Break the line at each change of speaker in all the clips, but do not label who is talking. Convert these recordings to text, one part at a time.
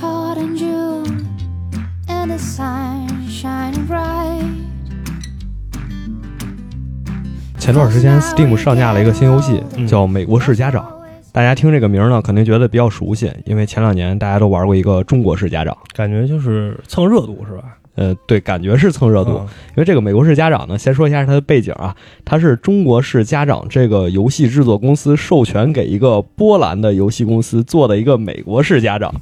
caught in June and the sun shining bright.
前段时间 Steam 上架了一个新游戏，
嗯
叫《美国式家长》。大家听这个名儿呢，肯定觉得比较熟悉，因为前两年大家都玩过一个《中国式家长》。
感觉就是蹭热度是吧？
呃，对，感觉是蹭热度。
嗯
因为这个《美国式家长》呢，先说一下它的背景啊，它是中国式家长这个游戏制作公司授权给一个波兰的游戏公司做的一个美国式 家长。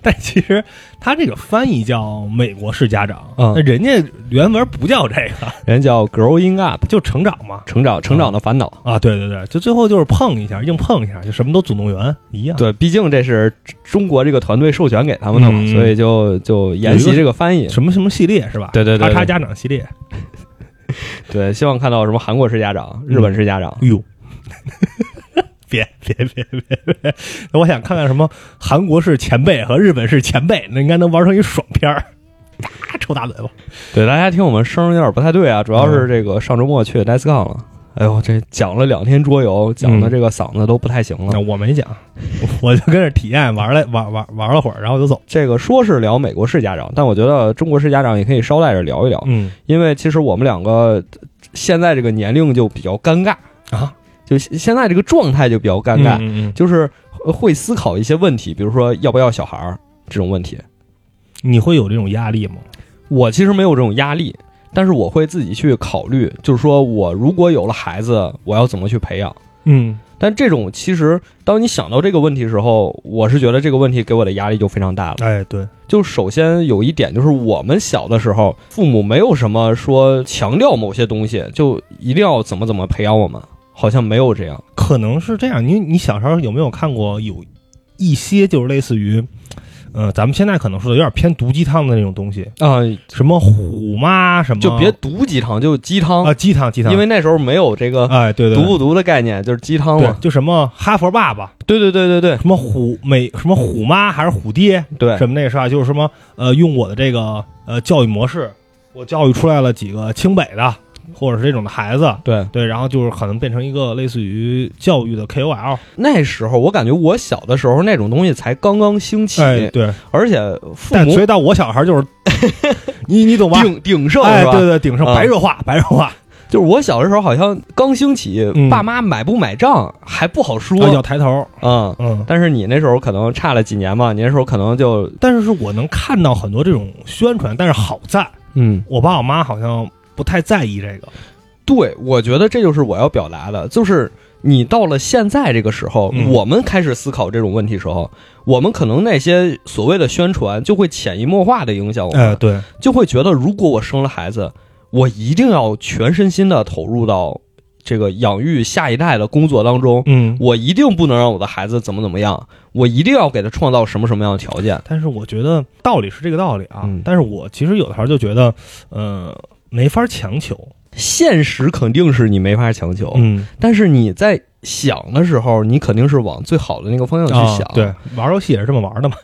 但其实他这个翻译叫《美国式家长》，
嗯
那人家原文不叫这个，
人叫 Growing Up，
就成长 嘛。
成长成长的烦恼。
啊，对对对，就最后就是碰一下，硬碰一下，就什么都总动员一样。
对，毕竟这是中国这个团队授权给他们的嘛，
嗯
所以就就沿袭这个翻译。
什么什么系列是吧？
对对对对
叉叉家长系列。
对，希望看到什么韩国式家长、日本式家长。
哎呦， 别别别别别！我想看看什么韩国式前辈和日本式前辈，那应该能玩成一爽片儿。啪抽大嘴巴！
对，大家听我们声儿有点不太对啊，主要
嗯
是这个上周末去 DICECON 了。哎呦，这讲了两天桌游，讲
嗯
的这个嗓子都不太行了。
那我没讲，我就跟这体验玩了玩玩玩了会儿，然后就走。
这个说是聊美国式家长，但我觉得中国式家长也可以捎带着聊一聊，
嗯
因为其实我们两个呃现在这个年龄就比较尴尬，
啊，
就现现在这个状态就比较尴尬，
嗯嗯嗯
就是呃会思考一些问题，比如说要不要小孩儿这种问题。
你会有这种压力吗？
我其实没有这种压力，但是我会自己去考虑，就是说我如果有了孩子，我要怎么去培养。
嗯，
但这种其实，当你想到这个问题的时候，我是觉得这个问题给我的压力就非常大了。
哎，对，
就首先有一点，就是我们小的时候，父母没有什么说强调某些东西，就一定要怎么怎么培养我们，好像没有这样。
可能是这样。你你小时候有没有看过有一些就是类似于，呃，咱们现在可能说的有点偏毒鸡汤的那种东西，
啊、
什么虎妈什么，
就别毒鸡汤，就鸡汤，
啊鸡汤鸡汤，
因为那时候没有这个
哎对对
毒
对
不毒的概念，就是鸡汤
对
嘛。
就什么哈佛爸爸，
对对对对对
什么虎美什么虎妈还是虎爹
对
什么那个是吧？就是什么呃用我的这个呃教育模式，我教育出来了几个清北的或者是这种的孩子。
对，
对，然后就是可能变成一个类似于教育的 KOL，
那时候我感觉我小的时候那种东西才刚刚兴起，
哎，对，
而且父
但
母
所以到我小孩就是， 你你懂吧？
鼎鼎盛
哎，
是吧？
对对，顶上
嗯
白热化，白热化，
就是我小的时候好像刚兴起，
嗯哎
爸妈买不买账还不好说
我要抬头，
嗯，
嗯。
但是你那时候可能差了几年嘛，你那时候可能就
但是是我能看到很多这种宣传，但是好在
嗯，
我爸我妈好像不太在意这个，
对，我觉得这就是我要表达的，就是你到了现在这个时候，
嗯
我们开始思考这种问题时候，我们可能那些所谓的宣传就会潜移默化的影响我们，
呃，对，
就会觉得如果我生了孩子，我一定要全身心的投入到这个养育下一代的工作当中。
嗯，
我一定不能让我的孩子怎么怎么样，我一定要给他创造什么什么样的条件。
但是我觉得道理是这个道理啊，
嗯
但是我其实有的时候就觉得，呃，没法强求，
现实肯定是你没法强求，
嗯，
但是你在想的时候，你肯定是往最好的那个方向去想。
啊对，玩游戏也是这么玩的嘛，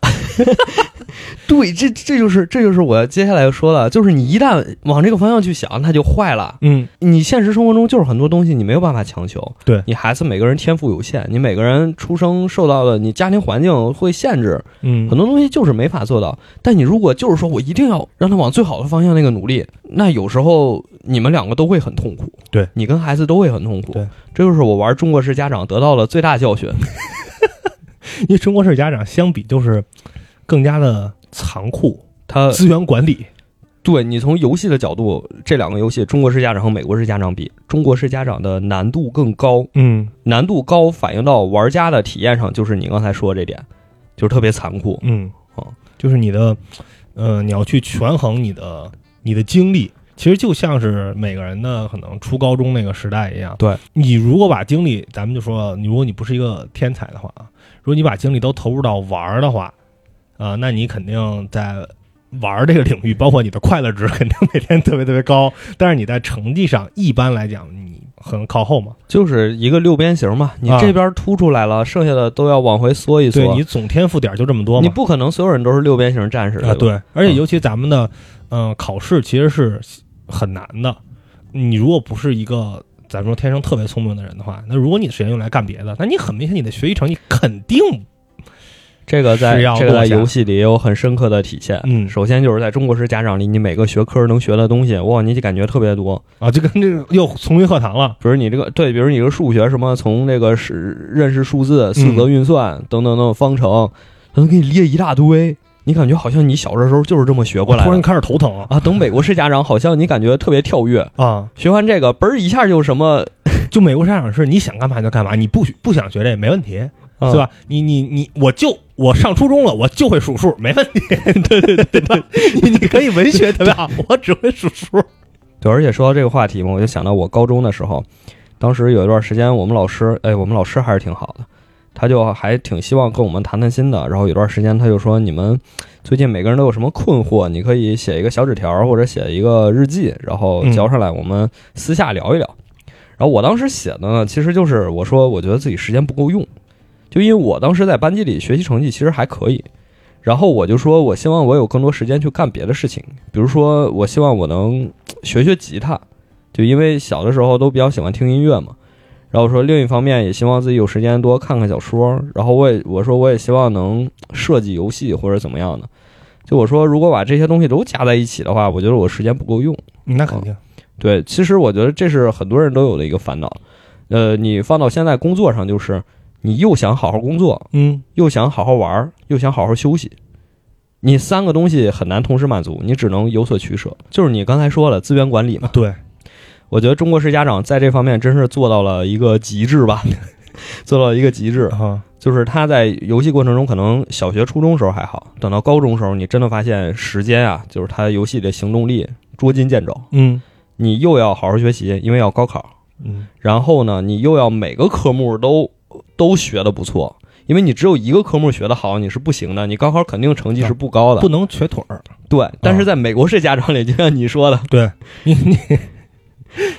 对，这这就是这就是我接下来要说的，就是你一旦往这个方向去想，它就坏了。
嗯，
你现实生活中就是很多东西你没有办法强求，
对
你孩子每个人天赋有限，你每个人出生受到的你家庭环境会限制，
嗯，
很多东西就是没法做到。但你如果就是说我一定要让他往最好的方向那个努力，那有时候你们两个都会很痛苦。
对
你跟孩子都会很痛苦。
对，
这就是我玩中国式家长得到的最大教 训。
因为中国式家长相比就是更加的残酷，
他
资源管理，
对你从游戏的角度，这两个游戏中国式家长和美国式家长比，中国式家长的难度更高，
嗯
难度高反映到玩家的体验上，就是你刚才说的这点，就是特别残酷。
嗯
哦，
就是你的，呃，你要去权衡你的你的精力。其实就像是每个人的可能初高中那个时代一样，
对
你如果把精力，咱们就说，你如果你不是一个天才的话啊，如果你把精力都投入到玩儿的话，啊、那你肯定在玩儿这个领域，包括你的快乐值肯定每天特别特别高，但是你在成绩上一般来讲你很靠后嘛，
就是一个六边形嘛，你这边凸出来了，剩下的都要往回缩一缩。
啊对你总天赋点儿就这么多嘛，
你不可能所有人都是六边形战士对
啊，
吧，
对，而且
嗯
尤其咱们的，嗯、考试其实是很难的。你如果不是一个咱说天生特别聪明的人的话，那如果你的时间用来干别的，那你很明显你的学习成绩肯定
这个在
是要
这个在
落下
游戏里也有很深刻的体现。
嗯
首先就是在中国式家长里，你每个学科能学的东西，哇，你就感觉特别多。
啊，就跟这个又重回课堂了。
比如你这个对，比如你这个数学什么，从这个是认识数
嗯
字、四则运算、等等等方程，他能给你列一大堆，你感觉好像你小的时候就是这么学过来
突然
的。
开始头疼
啊，等美国式家长，好像你感觉特别跳跃，
啊！
学完这个嘣儿一下就什么，
就美国家长是你想干嘛就干嘛，你不许不想学这也没问题，
啊
对？吧？你你你，我就我上初中了，我就会数数，没问题。 对对对对， 你你可以文学特 别好，我只会数数。
对，而且说到这个话题嘛，我就想到我高中的时候，当时有一段时间，我们老师，哎，我们老师还是挺好的，他就还挺希望跟我们谈谈心的。然后有段时间，他就说你们最近每个人都有什么困惑，你可以写一个小纸条或者写一个日记，然后交上来，我们私下聊一聊。然后我当时写的呢，其实就是我说我觉得自己时间不够用，就因为我当时在班级里学习成绩其实还可以，然后我就说我希望我有更多时间去干别的事情，比如说我希望我能学学吉他，就因为小的时候都比较喜欢听音乐嘛。然后我说，另一方面也希望自己有时间多看看小说。然后我也我说我也希望能设计游戏或者怎么样的。就我说，如果把这些东西都加在一起的话，我觉得我时间不够用。
那
肯
定，
对，其实我觉得这是很多人都有的一个烦恼。呃，你放到现在工作上，就是你又想好好工作，
嗯，
又想好好玩儿，又想好好休息，你三个东西很难同时满足，你只能有所取舍。就是你刚才说了，资源管理嘛，
对，
我觉得中国式家长在这方面真是做到了一个极致吧， 做到了一个极致。
啊，
就是他在游戏过程中，可能小学、初中时候还好，等到高中时候，你真的发现时间啊，就是他游戏的行动力捉襟见肘。
嗯
你又要好好学习，因为要高考，
嗯，
然后呢，你又要每个科目都都学的不错，因为你只有一个科目学得好，你是不行的。你高考肯定成绩是不高的，
嗯
嗯
不能瘸腿儿，
对。但是在美国式家长里，就像你说的，
对你你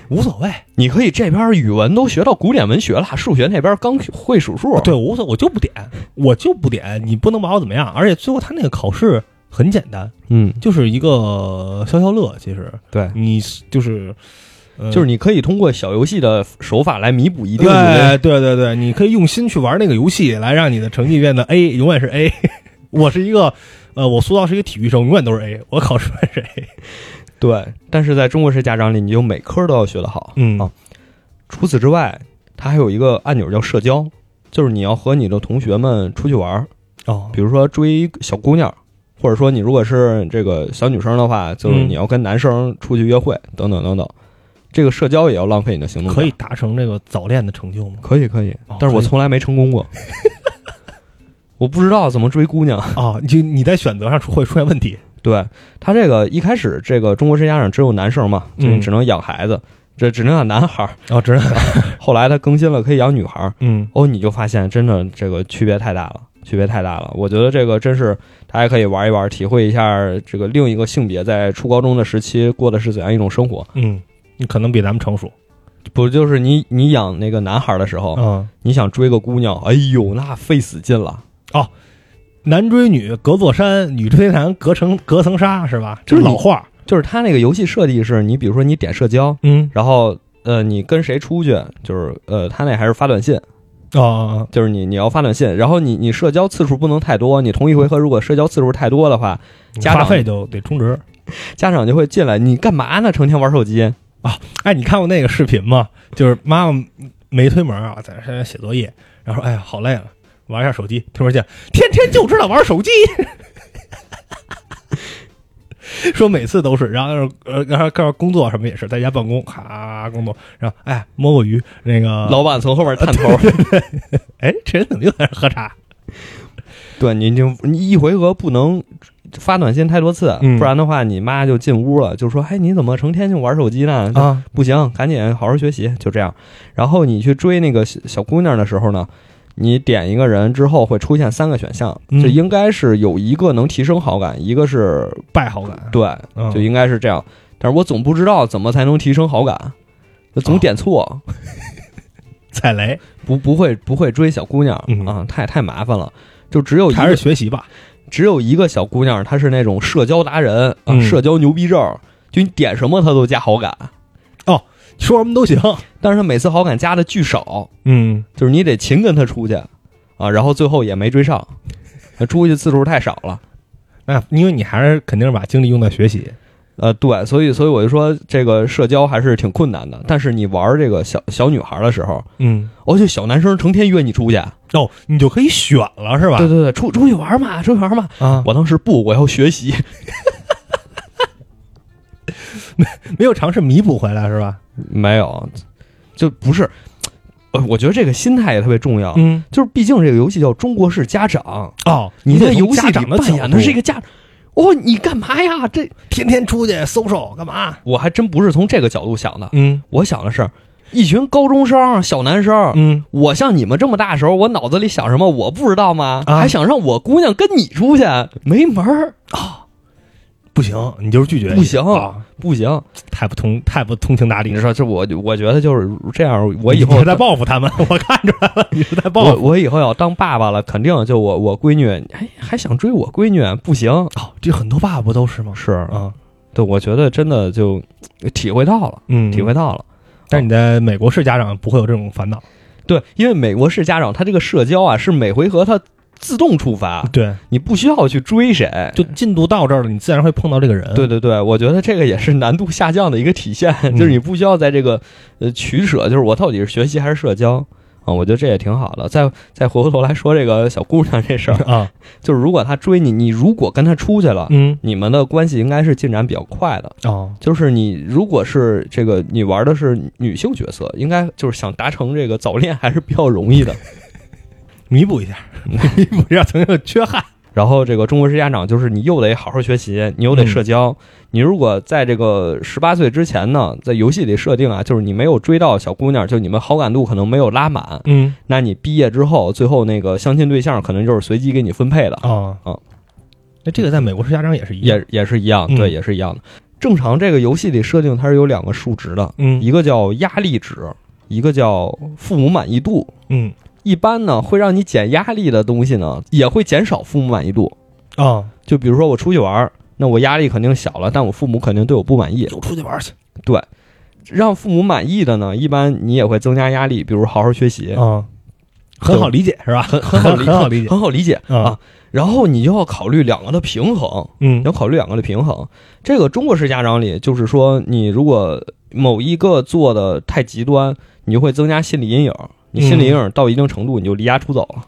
无所谓，
你可以这边语文都学到古典文学了，数学那边刚会数数，
对，我无所，我就不点，我就不点，你不能把我怎么样。而且最后他那个考试很简单，
嗯，
就是一个消消乐。其实
对，
你是就是，呃、
就是你可以通过小游戏的手法来弥补一定的。
对哎对对对，你可以用心去玩那个游戏，来让你的成绩变得 A，永远是 A。我 是一个，呃，我塑造是一个体育生，永远都是 A，我考试永远是 A。
对，但是在中国式家长里，你就每科都要学得好。
嗯
啊除此之外，它还有一个按钮叫社交，就是你要和你的同学们出去玩儿。
哦，
比如说追小姑娘，或者说你如果是这个小女生的话，就是
嗯
你要跟男生出去约会，等等等等，这个社交也要浪费你的行动。
可以，达成这个早恋的成就吗？
可以，可以
哦，
但是我
可以
从来没成 功过，我不知道怎么追姑娘。
啊，你就你在选择上出会出现问题。
对他这个一开始这个中国式家长只有男生嘛，就是
嗯
只能养孩子，这只能养男孩儿。
哦，真的，
后来他更新了，可以养女孩儿。
嗯
哦，你就发现真的这个区别太大了，区别太大了。我觉得这个真是大家可以玩一玩，体会一下这个另一个性别在初高中的时期过的是怎样一种生活。
嗯，你可能比咱们成熟。
不就是你你养那个男孩的时候，
嗯，
你想追个姑娘，哎呦那费死劲了。
男追女隔座山，女追男隔层隔层纱，是吧？这是老话。
就是他那个游戏设计是你比如说你点社交，
嗯，
然后呃你跟谁出去，就是呃他那还是发短信，
哦，
就是你你要发短信，然后你你社交次数不能太多，你同一回合如果社交次数太多的话，家
话
长
费就得充值。
家长就会进来，你干嘛呢？成天玩手机。
哎，你看过那个视频吗？就是妈妈没推门啊，在那写作业，然后说哎呀好累了，玩一下手机，推门进来，天天就知道玩手机。 说每次都是，然后呃，然后告诉工作什么也是，在家办公，咔工作，然后哎摸过鱼，那个
老板从后面探头，
哎这人怎么又在那喝茶？
对你就你一回合不能发短信太多次，
嗯
不然的话你妈就进屋了，就说：“哎，你怎么成天就玩手机呢？”
啊，
不行，赶紧好好学习，就这样。然后你去追那个小小姑娘的时候呢，你点一个人之后会出现三个选项，
嗯
这应该是有一个能提升好感，一个是
败好感，
对，
嗯
就应该是这样。但是我总不知道怎么才能提升好感，就总
哦
点错。
踩雷，
不不会不会追小姑娘、
嗯
啊，太太麻烦了。就只哦有一
还
个
是学习吧。
只有一个小姑娘，她是那种社交达人啊，
嗯
社交牛逼症，就你点什么她都加好感，
说什 么都行。
但是她每次好感加的巨少，
嗯，
就是你得勤跟她出去啊，然后最后也没追上。那出去次数太少了。
那因为你还是肯定是把精力用在学习，
呃，对，所以所以我就说，这个社交还是挺困难的。但是你玩这个小小女孩的时候，
嗯，
而且小男生成天约你出去，啊
哦，你就可以选了是吧？
对对对，出出去玩嘛，出去玩嘛。
啊，
我当时不，我要学习，
没有尝试弥补回来是吧？
没有，就不是。呃，我觉得这个心态也特别重要，
嗯，
就是毕竟这个游戏叫中国式家长，
哦，
你
得
在游
从
戏
家
里
长的
扮演
角
的
度
是一个家。哦，你干嘛呀？这
天天出去搜搜干嘛？
我还真不是从这个角度想的，
嗯
我想的是，一群高中生、小男生，
嗯，
我像你们这么大时候，我脑子里想什么，我不知道吗？
啊
还想让我姑娘跟你出去，没门儿，
不行，你就是拒绝，
不行
啊
不行！
太不通太不通情达理
你
了。
说这我，我觉得就是这样。我以
你
后
是在报复他们，我看出来了，你是在报
我
复。
我以后要当爸爸了，肯定就我我闺女，哎，还想追我闺女，不行。
哦，这很多爸爸不都是吗？
是啊，
啊，
对，我觉得真的就体会到了，
嗯，
体会。到了。
但是你在美国是家长不会有这种烦恼，
对，因为美国式家长，他这个社交啊，是每回合他自动触发，
对，
你不需要去追谁。
就进度到这儿了，你自然会碰到这个人。
对对对，我觉得这个也是难度下降的一个体现，
嗯
就是你不需要在这个呃取舍，就是我到底是学习还是社交啊？我觉得这也挺好的。再再回过头来说这个小姑娘这事儿，
啊，
就是如果她追你，你如果跟她出去了，
嗯，
你们的关系应该是进展比较快的。
哦，
就是你如果是这个你玩的是女性角色，应该就是想达成这个早恋还是比较容易的。
弥补一下， 弥补一下曾经的缺憾。
然后这个中国式家长就是你又得好好学习，你又得社
嗯
交。你如果在这个十八岁之前呢，在游戏里设定啊，就是你没有追到小姑娘，就你们好感度可能没有拉满，
嗯，
那你毕业之后，最后那个相亲对象可能就是随机给你分配的，
哦，
啊，
那这个在美国是家长也是一样，
也也是一样，
嗯
对，也是一样的。正常这个游戏里设定它是有两个数值的，
嗯
一个叫压力值，一个叫父母满意度。
嗯
一般呢，会让你减压力的东西呢，也会减少父母满意度。
啊，
就比如说我出去玩儿，那我压力肯定小了，但我父母肯定对我不满意。
就出去玩去
让父母满意的呢，一般你也会增加压力，比如好好学习，
啊，很好理解是吧？很
很好理
很好理解
很好理解啊
啊。
然后你就要考虑两个的平衡，
嗯
你要考虑两个的平衡。这个中国式家长里，就是说你如果某一个做的太极端，你就会增加心理阴影。你
嗯
心理阴影到一定程度，你就离家出走了。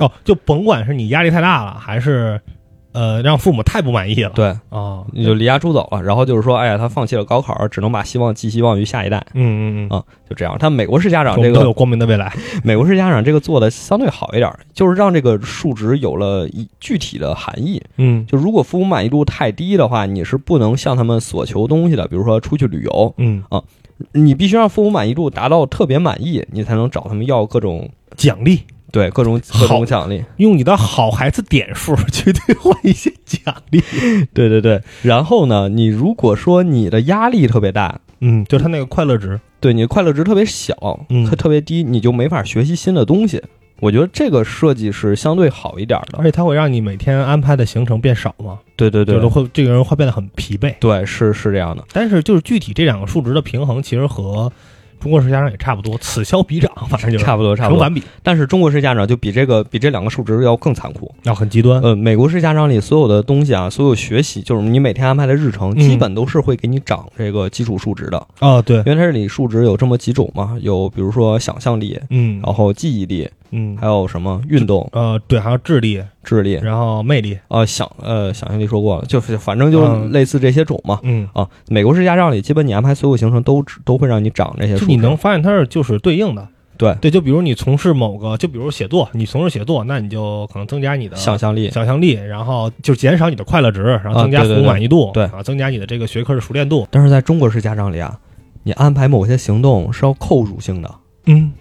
哦，就甭管是你压力太大了，还是呃让父母太不满意了，
对，
哦，
你就离家出走了。然后就是说，哎呀，他放弃了高考，只能把希望寄希望于下一代，
嗯嗯嗯，
啊就这样。他美国式家长
我
这
们都
个
有光明的未来，
美国式家长这个做的相对好一点儿，就是让这个数值有了一具体的含义。
嗯
就如果父母满意度太低的话，你是不能向他们所求东西的，比如说出去旅游，
嗯，
你必须让父母满意度达到特别满意，你才能找他们要各种
奖励，
对各种各种
好
奖励。
用你的好孩子点数去兑换一些奖励，
对对对。然后呢，你如果说你的压力特别大，
嗯，就他那个快乐值，
对你的快乐值特别小，
嗯
特特别低，你就没法学习新的东西。我觉得这个设计是相对好一点儿
而
的。
且它会让你每天安排的行程变少嘛，
对对
就是
对，
会这个人会变得很疲惫。
对是是这样的。
但是就是具体这两个数值的平衡，其实和中国式家长也差不多，此消彼长，反正就是
差不多，差不
成
多。
反比，
但是中国式家长就比这个比这两个数值要更残酷。
要哦很极端。
呃，美国式家长里所有的东西啊，所有学习，就是你每天安排的日程，
嗯
基本都是会给你涨这个基础数值的。
哦，对，
因为它这里数值有这么几种嘛，有比如说想象力，
嗯，
然后记忆力，
嗯，
还有什么运动、
呃，对，还有智力，
智力。
然后魅力，
啊，想呃想象力说过了，就是反正就是
嗯
类似这些种嘛。
嗯，
啊，美国式家长里，基本你安排所有行程都只都会让你涨这些数
就
值。
你能发现它是就是对应的。
对
对，就比如你从事某个，就比如写作，你从事写作，那你就可能增加你的
想象力，
想象力，然后就减少你的快乐值，然后
啊
增加
对
父
对
母
对
满意度，
对
啊，增加你的这个学科的熟练度。
但是在中国式家长里啊，你安排某些行动是要扣属性的。
嗯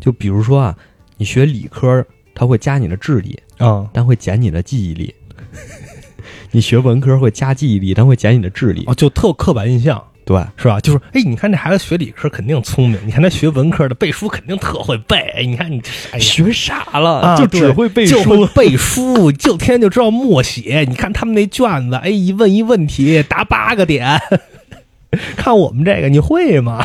就比如说啊，你学理科，它会加你的智力，
啊，
但会减你的记忆力； 你学文科会加记忆力，但会减你的智力
哦，。就特刻板印象，
对，
是吧？就是，哎，你看这孩子学理科肯定聪明，你看他学文科的背书肯定特会背，哎你看你这，哎呀，
学傻了，
啊
就
对
只会背
就
书。
会背书，就天天就知道默写。你看他们那卷子，哎，一问一问题答八个点。 看我们这个，你会吗？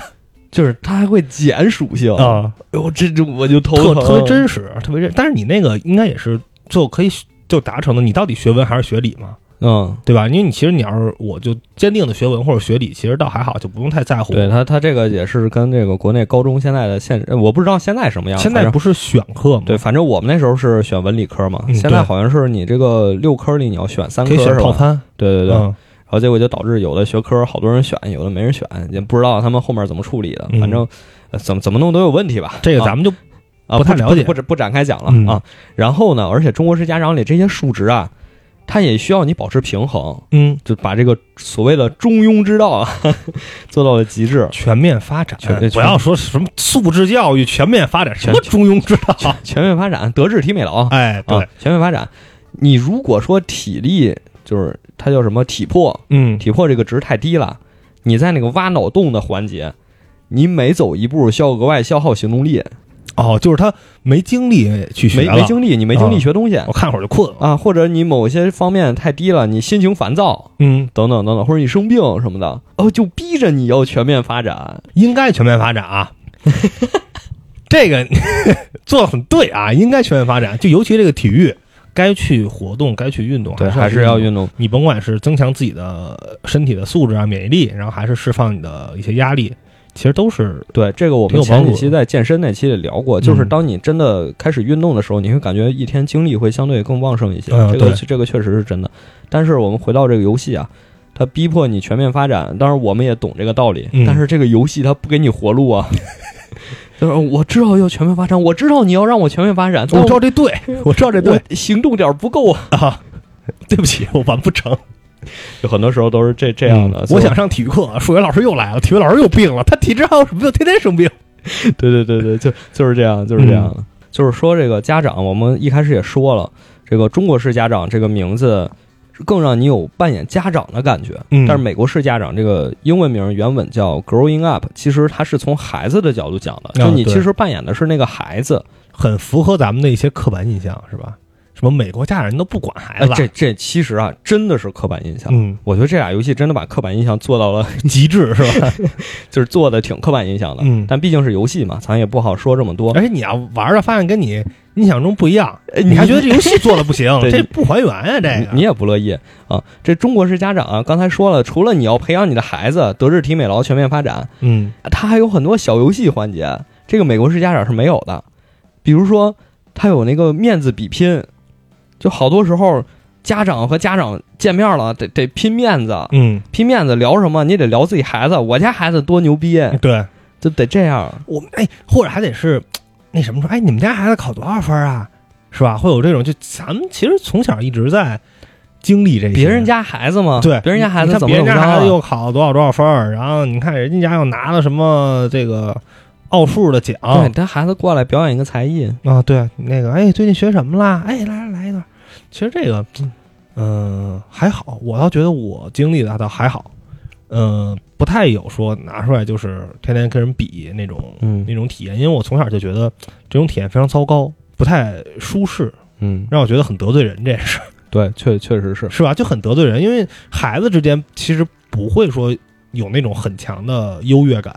就是它还会减属性。
啊，
哎呦，这这我就头
特
疼。
特别真实，特别真。但是你那个应该也是最后可以就达成了你到底学文还是学理嘛，
嗯，
对吧？因为你其实你要是我就坚定的学文或者学理，其实倒还好，就不用太在乎。
对他他这个也是跟这个国内高中现在的现，呃我不知道现在什么样，
现
反
在
正
不是选课嘛，
对，，反正我们那时候是选文理科嘛，
嗯
现
对
在好像是你这个六科里你要选三
可
科
以选
是
套
吧？
餐，
对对对，
嗯
然后结果就导致有的学科好多人选，有的没人选，也不知道他们后面怎么处理的，
嗯
反正、呃怎么怎么弄都有问题吧。
这个
啊
咱们就
啊
不太了解
不不不展开讲了、
嗯
啊。然后呢，而且中国式家长里这些数值啊，它也需要你保持平衡，
嗯
就把这个所谓的中庸之道啊 做到了极致。
全面发展
全，
不要说什么素质教育全面发展，什
全
么中庸之道，
全面发展，德智体美劳啊，
哎，对
啊，，全面发展。你如果说体力就是它叫什么体魄，
嗯，
体魄这个值太低了，你在那个挖脑洞的环节，你每走一步需要额外消耗行动力，
哦，就是他没精力去学
没没
了
精力，你没精力
啊
学东西
我看会儿就困了，
啊，或者你某些方面太低了，你心情烦躁，
嗯，
等等等等，或者你生病什么的，哦，就逼着你要全面发展。
应该全面发展啊。这个 做的很对啊，应该全面发展。就尤其这个体育，该去活动，该去运动，
还
是
是要
动。
运动。
你甭管是增强自己的身体的素质啊、免疫力，然后还是释放你的一些压力，其实都是
对，这个我
挺
们
有帮
前
助
几期在健身那期也聊过，
嗯
就是当你真的开始运动的时候，你会感觉一天精力会相对更旺盛一些。
嗯
这个
对
这个确实是真的。但是我们回到这个游戏啊，它逼迫你全面发展，当然我们也懂这个道理。
嗯
但是这个游戏它不给你活路 啊。就是我知道要全面发展，我知道你要让我全面发展，但
我知道这对，我知道这对
我行动点儿不够啊。
啊。对不起，我完不成
有很多时候都是这这
这
样的。所
我
以
想上体育课，数学老师又来了，体育老师又病了，他体质还有什么病？天天生病。
对对对对，就就是这样，就是这样的。
嗯
就是说，这个家长，我们一开始也说了，这个中国式家长这个名字更让你有扮演家长的感觉。
嗯
但是美国式家长这个英文名原本叫 Growing Up，其实它是从孩子的角度讲的，
啊
就你
对
其实扮演的是那个孩子。
很符合咱们的一些刻板印象，是吧？什么美国家人都不管孩
哎
子，了，
这这其实啊，真的是刻板印象。
嗯，
我觉得这俩游戏真的把刻板印象做到了，
极致是吧？
就是做的挺刻板印象的。
嗯哎
但毕竟是游戏嘛，咱也不好说这么多。
而且你要玩的发现跟你印象中不一样，
哎，
你还觉得这游戏做的不行
对
这不还原呀、这个
你你也不乐意啊。这中国式家长啊，刚才说了，除了你要培养你的孩子德智体美劳全面发展，
嗯
它还有很多小游戏环节，这个美国式家长是没有的。比如说，他有那个面子比拼，就好多时候家长和家长见面了，得得拼面子，
嗯，
拼面子聊什么？你得聊自己孩子，我家孩子多牛逼，
对
就得这样。
我们哎，或者还得是那什么说，哎，你们家孩子考多少分啊？是吧？会有这种，就咱们其实从小一直在经历这些
别人。家孩子嘛，
对，
别人家孩子
你看
怎么
别
怎
人
么
家孩
着
子
啊
又考了多少多少分儿，然后你看人家又拿了什么这个奥数的奖，
对，他孩子过来表演一个才艺，
啊，对，那个，哎，最近学什么啦？哎，来来来一段。其实这个，嗯、还好，我倒觉得我经历的倒还好，嗯、不太有说拿出来就是天天跟人比那种
嗯
那种体验，因为我从小就觉得这种体验非常糟糕，不太舒适，
嗯，
让我觉得很得罪人这件事儿，
对，确确实是，
是吧？就很得罪人，因为孩子之间其实不会说有那种很强的优越感，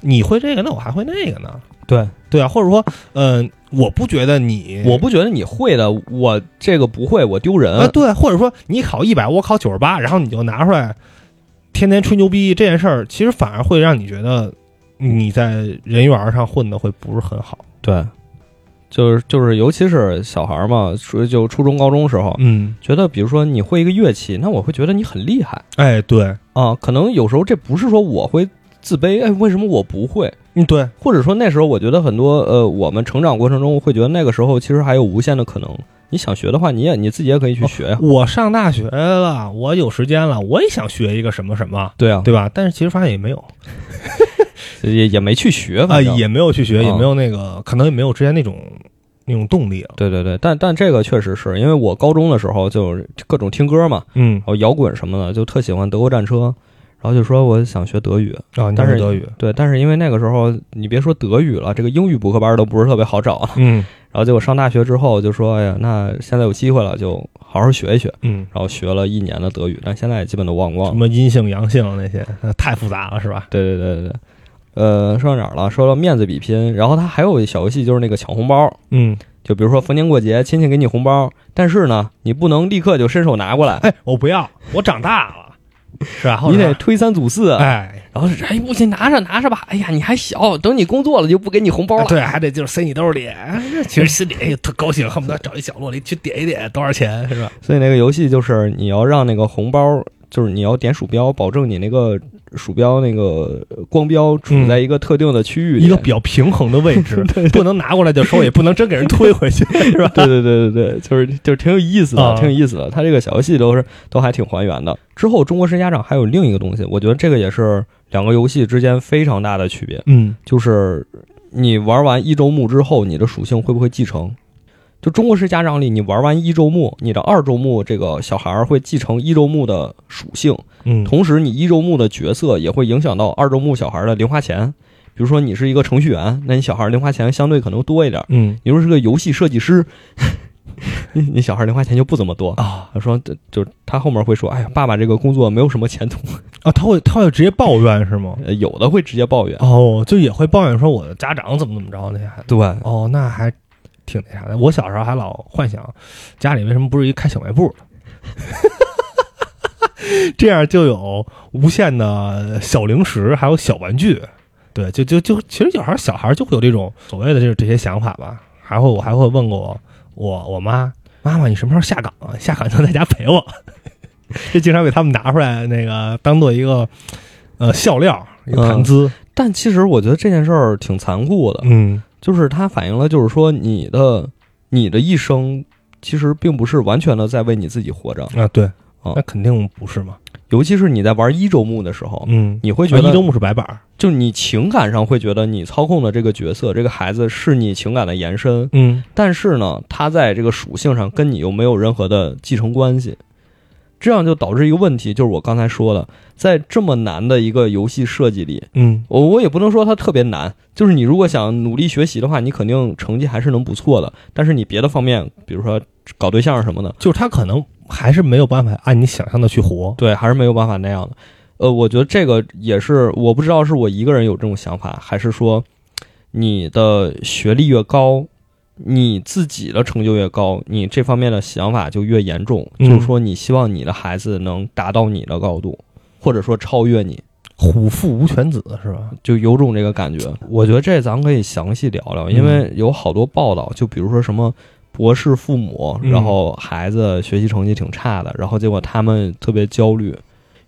你会这个，那我还会那个呢，
对。
对啊，或者说，嗯、我不觉得你
我不觉得你会的，我这个不会，我丢人。
啊，对，或者说你考一百，我考九十八，然后你就拿出来天天吹牛逼这件事儿，其实反而会让你觉得你在人缘上混的会不是很好。
对就是就是，尤其是小孩儿嘛，初就初中、高中时候，
嗯，
觉得比如说你会一个乐器，那我会觉得你很厉害
哎，对，
啊。可能有时候这不是说我会自卑，哎，为什么我不会？
嗯，对，
或者说那时候我觉得很多呃，我们成长过程中会觉得那个时候其实还有无限的可能。你想学的话，你也你自己也可以去学呀、
我上大学了，我有时间了，我也想学一个什么什么，
对啊，
对吧？但是其实发现也没有
也也没去学，
啊、
反正、
也没有去学，也
嗯
没有那个，可能也没有之前那种那种动力了。
对对对，但但这个确实是因为我高中的时候就是各种听歌嘛，
嗯
然，后摇滚什么的，就特喜欢德国战车，然后就说我想学德语。
啊，你
但
会
是
德语，
对，但是因为那个时候你别说德语了，这个英语补课班都不是特别好找。啊
嗯
然后结果上大学之后就说，哎呀，那现在有机会了，就好好学一学。
嗯，
然后学了一年的德语，但现在也基本都忘光
什
了。
么阴性阳性那些，呃太复杂了，是吧？
对对对对对，呃，说到哪儿了？说到面子比拼，然后它还有一小游戏就是那个抢红包。
嗯，
就比如说逢年过节，亲戚给你红包，但是呢，你不能立刻就伸手拿过来，
哎，我不要，我长大了，是吧？
你
后
得
来
推三阻四。啊
哎，
然后是哎，不行，拿着拿着吧。哎呀，你还小，等你工作了就不给你红包了。
对，还得就是塞你兜里。哎这其实心里哎呦特高兴，恨不得找一角落里去点一点，多少钱是吧？
所以那个游戏就是你要让那个红包，就是你要点鼠标，保证你那个鼠标那个光标处在一个特定的区域里。
嗯一个比较平衡的位置，不能拿过来就 收，也不能真给人推回去，是吧？
对对对对对，就是就是挺有意思的，
啊
挺有意思的。它这个小游戏都是都还挺还原的。之后中国式家长还有另一个东西，我觉得这个也是两个游戏之间非常大的区别，
嗯，
就是你玩完一周目之后，你的属性会不会继承？就中国式家长里，你玩完一周目，你的二周目这个小孩儿会继承一周目的属性，
嗯
同时你一周目的角色也会影响到二周目小孩儿的零花钱。比如说你是一个程序员，那你小孩儿零花钱相对可能多一点儿。
嗯
你说是个游戏设计师， 你你小孩零花钱就不怎么多。
啊
他说，这就是他后面会说，哎呀，爸爸这个工作没有什么前途。
啊，他会他会直接抱怨是吗？
呃有的会直接抱怨，
哦，就也会抱怨说我的家长怎么怎么着那孩子。
对，
哦，那还挺那啥的。我小时候还老幻想家里为什么不是一开小卖部的， 这样就有无限的小零食，还有小玩具。对，就就就，其实小孩小孩就会有这种所谓的这这些想法吧。还会我还会问过我我我妈妈妈，你什么时候下岗啊？下岗就在家陪我。 这经常给他们拿出来，那个当做一个呃笑料，一个谈资。
但其实我觉得这件事儿挺残酷的，
嗯
就是它反映了，就是说你的你的一生其实并不是完全的在为你自己活着，
啊，对，
哦
那肯定不是嘛。
尤其是你在玩一周目的时候，
嗯，
你会
觉
觉
得一周
得，
目是白板儿。
就你情感上会觉得你操控的这个角色，这个孩子是你情感的延伸，
嗯，
但是呢，它在这个属性上跟你又没有任何的继承关系，这样就导致一个问题，就是我刚才说的，在这么难的一个游戏设计里，
嗯
我我也不能说它特别难，就是你如果想努力学习的话，你肯定成绩还是能不错的，但是你别的方面，比如说搞对象什么的，
就是他可能还是没有办法按你想象的去活。
对，还是没有办法那样的。呃，我觉得这个也是，我不知道是我一个人有这种想法，还是说你的学历越高，你自己的成就越高，你这方面的想法就越严重。
嗯
就是说，你希望你的孩子能达到你的高度，或者说超越你，
虎父无犬子是吧？
就有种这个感觉。我觉得这咱可以详细聊聊，因为有好多报道，就比如说什么。博士父母，
嗯
然后孩子学习成绩挺差的，然后结果他们特别焦虑，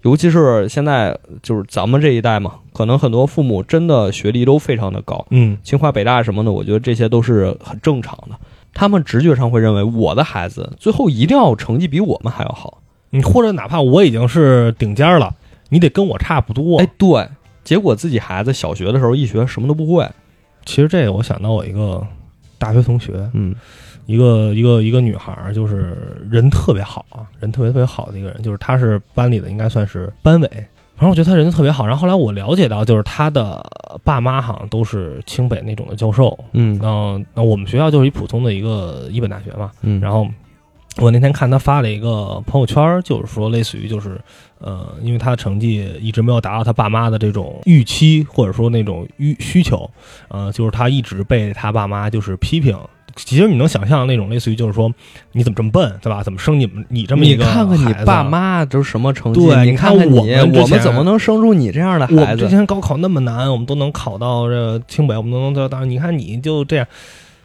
尤其是现在就是咱们这一代嘛，可能很多父母真的学历都非常的高，
嗯
清华北大什么的，我觉得这些都是很正常的。他们直觉上会认为我的孩子最后一定要成绩比我们还要好，
你或者哪怕我已经是顶尖儿了，你得跟我差不多。
哎，对，结果自己孩子小学的时候一学什么都不会，
其实这个我想到我一个大学同学，
嗯
一个一个一个女孩儿，就是人特别好啊，人特别特别好的一个人，就是她是班里的应该算是班委。反正我觉得她人特别好，然后后来我了解到，就是她的爸妈好像都是清北那种的教授，
嗯
嗯，那我们学校就是一普通的一个一本大学嘛，
嗯，
然后我那天看他发了一个朋友圈儿，就是说类似于就是呃，因为他的成绩一直没有达到他爸妈的这种预期，或者说那种欲需求，呃，就是他一直被他爸妈就是批评。其实你能想象那种类似于就是说你怎么这么笨，对吧？怎么生你们你这么一
你
个
看看你
孩子啊
爸。妈都什么成绩，
对
你
你
看
看
看你，
我们之前
我们怎么能生出你这样的
我
孩
们之
子？
前高考那么难，我们都能考到这清北，我们都能得到。你看你就这样，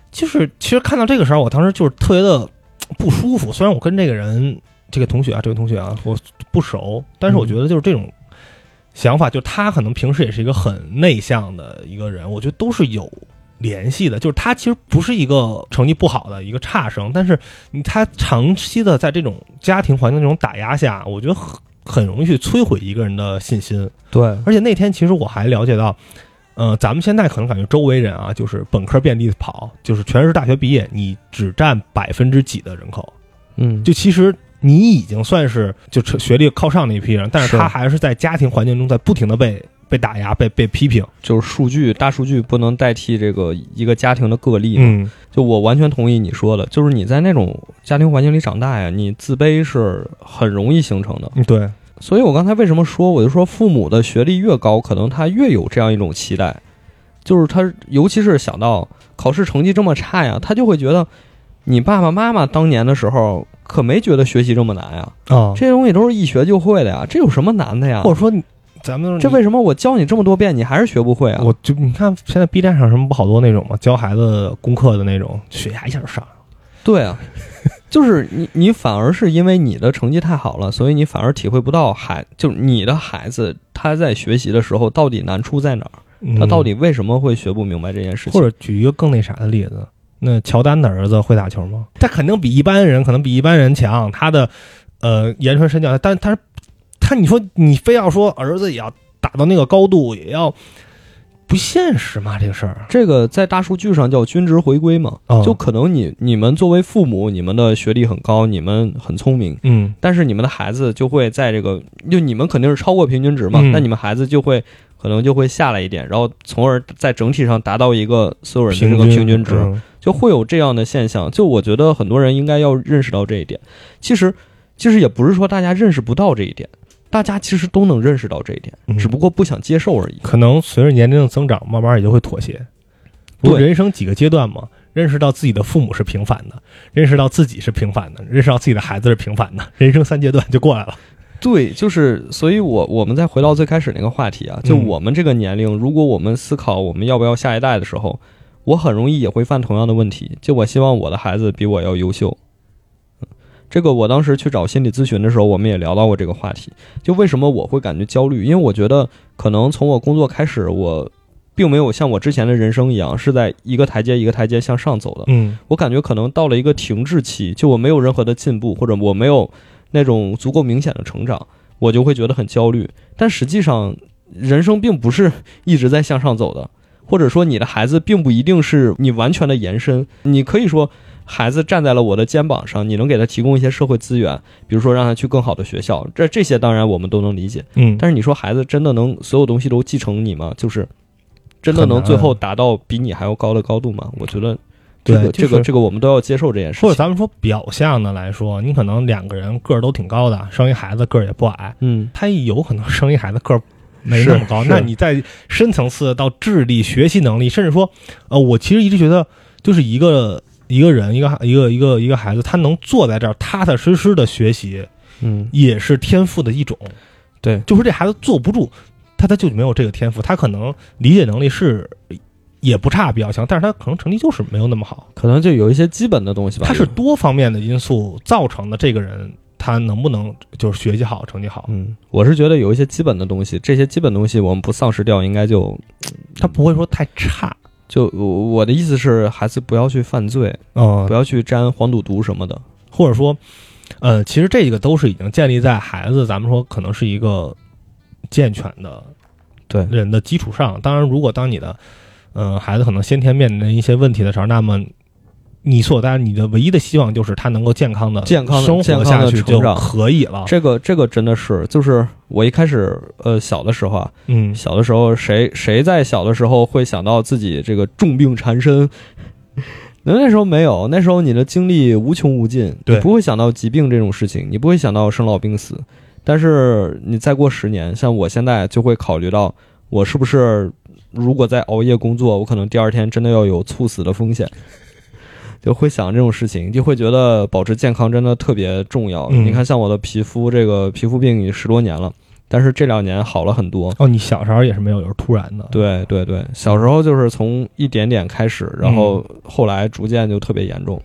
就是其实看到这个时候，我当时就是特别的不舒服。虽然我跟这个人、这个同学啊、这位同学啊，我不熟，但
嗯
是我觉得就是这种想法，就他可能平时也是一个很内向的一个人，我觉得都是有联系的。就是他其实不是一个成绩不好的一个差生，但是你他长期的在这种家庭环境这种打压下，我觉得很很容易去摧毁一个人的信心。
对，
而且那天其实我还了解到，呃，咱们现在可能感觉周围人啊，就是本科遍地跑，就是全是大学毕业，你只占百分之几的人口，
嗯，
就其实你已经算是就成学历靠上那一批人，但是
是
他还是在家庭环境中在不停的被被打压、被被批评。
就是数据，大数据不能代替这个一个家庭的个例。
嗯
就我完全同意你说的，就是你在那种家庭环境里长大呀，你自卑是很容易形成的。
嗯，对，
所以我刚才为什么说，我就说父母的学历越高，可能他越有这样一种期待。就是他，尤其是想到考试成绩这么差呀，他就会觉得你爸爸妈妈当年的时候可没觉得学习这么难呀，
啊，
这些东西都是一学就会的呀，这有什么难的呀
或？者说你咱们
这为什么我教你这么多遍，你还是学不会啊？
我就你看现在 B 站上什么不好多那种嘛，教孩子功课的那种，血压一下就上来了。
对啊， 就是你，你反而是因为你的成绩太好了，所以你反而体会不到孩，就是你的孩子他在学习的时候到底难处在哪儿，
嗯
他到底为什么会学不明白这件事情？
或者举一个更那啥的例子，那乔丹的儿子会打球吗？他肯定比一般人，可能比一般人强。他的呃言传身教，但他是他，你说你非要说儿子也要打到那个高度，也要不现实嘛？这个事儿，
这个在大数据上叫均值回归嘛，
嗯
就可能你你们作为父母，你们的学历很高，你们很聪明，
嗯，
但是你们的孩子就会在这个，就你们肯定是超过平均值嘛，
嗯
那你们孩子就会可能就会下来一点，然后从而在整体上达到一个所有人的这个平均值，
嗯
就会有这样的现象。就我觉得很多人应该要认识到这一点。其实，其实也不是说大家认识不到这一点，大家其实都能认识到这一点，
嗯
只不过不想接受而已。
可能随着年龄的增长，慢慢也就会妥协。不是
对
人生几个阶段嘛，认识到自己的父母是平凡的，认识到自己是平凡的，认识到自己的孩子是平凡的，人生三阶段就过来了。
对，就是，所以我我们再回到最开始那个话题啊，就
嗯
我们这个年龄，如果我们思考我们要不要下一代的时候，我很容易也会犯同样的问题，就我希望我的孩子比我要优秀。嗯这个我当时去找心理咨询的时候，我们也聊到过这个话题，就为什么我会感觉焦虑，因为我觉得可能从我工作开始，我并没有像我之前的人生一样是在一个台阶一个台阶向上走的，
嗯
我感觉可能到了一个停滞期，就我没有任何的进步，或者我没有那种足够明显的成长，我就会觉得很焦虑。但实际上，人生并不是一直在向上走的，或者说你的孩子并不一定是你完全的延伸。你可以说，孩子站在了我的肩膀上，你能给他提供一些社会资源，比如说让他去更好的学校，这这些当然我们都能理解。
嗯，
但是你说孩子真的能所有东西都继承你吗？就是真的能最后达到比你还要高的高度吗？我觉得这
对
个、
就是
这个这个我们都要接受这件事
或者
情。
咱们说表象的来说，你可能两个人个儿都挺高的，生一孩子个儿也不矮，
嗯，
他有可能生一孩子个儿没那么高。
是是
那你在深层次到智力、学习能力，甚至说，呃，我其实一直觉得，就是一个一个人、一个一个一个一个孩子，他能坐在这儿踏踏实实的学习，
嗯，
也是天赋的一种。
对
就是这孩子坐不住，他他就没有这个天赋，他可能理解能力是也不差，比较强，但是他可能成绩就是没有那么好。
可能就有一些基本的东西吧。
他是多方面的因素造成的，这个人他能不能就是学习好、成绩好，
嗯，我是觉得有一些基本的东西，这些基本东西我们不丧失掉，应该就
他不会说太差。
就我我的意思是，孩子不要去犯罪，
嗯
不，要去沾黄赌毒什么的。
或者说，呃，其实这个都是已经建立在孩子，咱们说可能是一个健全的
对
人的基础上。当然，如果当你的呃孩子可能先天面临一些问题的时候，那么你所当然你的唯一的希望就是他能够健康的
健康地
生
健
活
康
下
地
去
成
就
长
可以了。
这个这个真的是，就是我一开始呃小的时候啊，
嗯，
小的时候，谁谁在小的时候会想到自己这个重病缠身？ 那那时候没有，那时候你的精力无穷无尽，
对
你不会想到疾病这种事情，你不会想到生老病死。但是你再过十年，像我现在就会考虑到，我是不是如果在熬夜工作，我可能第二天真的要有猝死的风险，就会想这种事情，就会觉得保持健康真的特别重要。
嗯
你看，像我的皮肤这个皮肤病已经十多年了，但是这两年好了很多，
哦，你小时候也是没有，有是突然的。
对对对，小时候就是从一点点开始，然后后来逐渐就特别严重。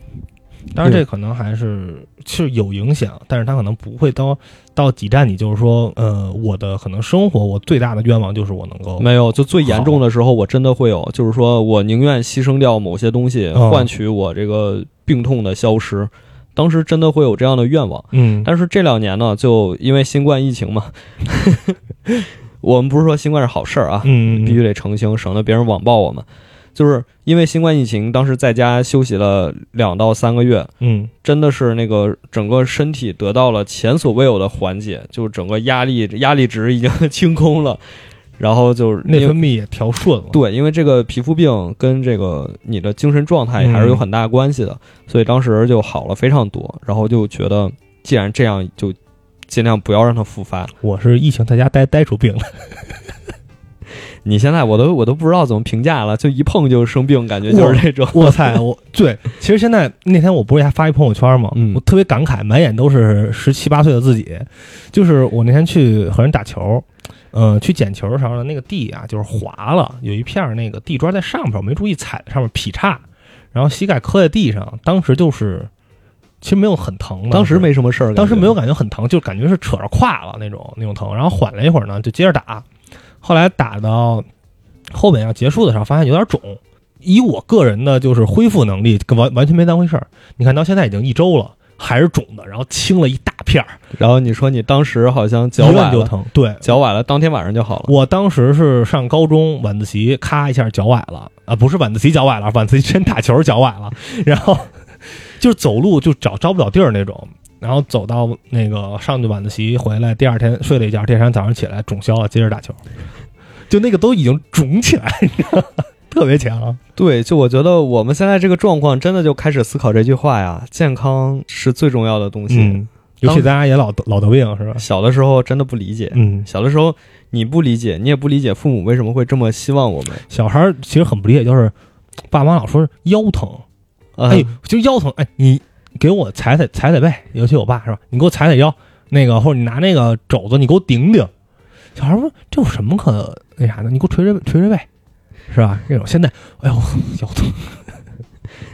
当然，这可能还是是有影响，但是他可能不会到到几站，你就是说，呃，我的可能生活，我最大的愿望就是我能够
没有，就最严重的时候，我真的会有，就是说我宁愿牺牲掉某些东西，
哦
换取我这个病痛的消失。当时真的会有这样的愿望，
嗯
但是这两年呢，就因为新冠疫情嘛， 我们不是说新冠是好事儿啊，
嗯，
必须得澄清，省得别人网暴我们。就是因为新冠疫情，当时在家休息了两到三个月，
嗯
真的是那个整个身体得到了前所未有的缓解，就是整个压力压力值已经清空了，然后就是
内
因为
分泌也调顺了。
对，因为这个皮肤病跟这个你的精神状态还是有很大关系的，所以当时就好了非常多，然后就觉得既然这样，就尽量不要让它复发。
我是疫情在家待待出病了，
你现在我都我都不知道怎么评价了，就一碰就生病，感觉就是这种。
我操！我对，其实现在那天我不是还发一朋友圈吗？
嗯
我特别感慨，满眼都是十七八岁的自己。就是我那天去和人打球，呃，去捡球的时候呢，那个地啊就是滑了，有一片儿那个地砖在上边，我没注意踩在上面劈叉，然后膝盖磕在地上，当时就是其实没有很疼的，
当时没什么事儿，
当时没有
感
感觉很疼，就感觉是扯着胯了那种那种疼。然后缓了一会儿呢，就接着打。后来打到后面要结束的时候，发现有点肿。以我个人的就是恢复能力，跟完完全没当回事儿。你看到现在已经一周了，还是肿的，然后青了一大片儿，
觉。然后你说你当时好像脚
一
崴
摁就
了，
疼。对，
脚崴了，当天晚上就好了。
我当时是上高中晚自习，咔一下脚崴了啊，不是晚自习脚崴了，晚自习先打球脚崴了， 然后就是走路就找找不着地儿那种，然后走到那个上去晚自习回来，第二天睡了一觉，第二天早上起来肿消了，接着打球，就那个都已经肿起来，你知道吗 特别强。
对，就我觉得我们现在这个状况，真的就开始思考这句话呀，健康是最重要的东西。
嗯，尤其
当
咱俩也老得老得病是吧？
小的时候真的不理解，
嗯，
小的时候你不理解，你也不理解父母为什么会这么希望我们。
小孩儿其实很不理解，就是爸妈老说腰疼，
啊
哎，就腰疼，哎，你给我踩踩踩踩背，尤其我爸是吧？你给我踩踩腰，那个或者你拿那个肘子，你给我顶顶。小孩说这有什么可那啥的？你给我捶捶捶捶背，是吧？这种现在，哎呦腰疼，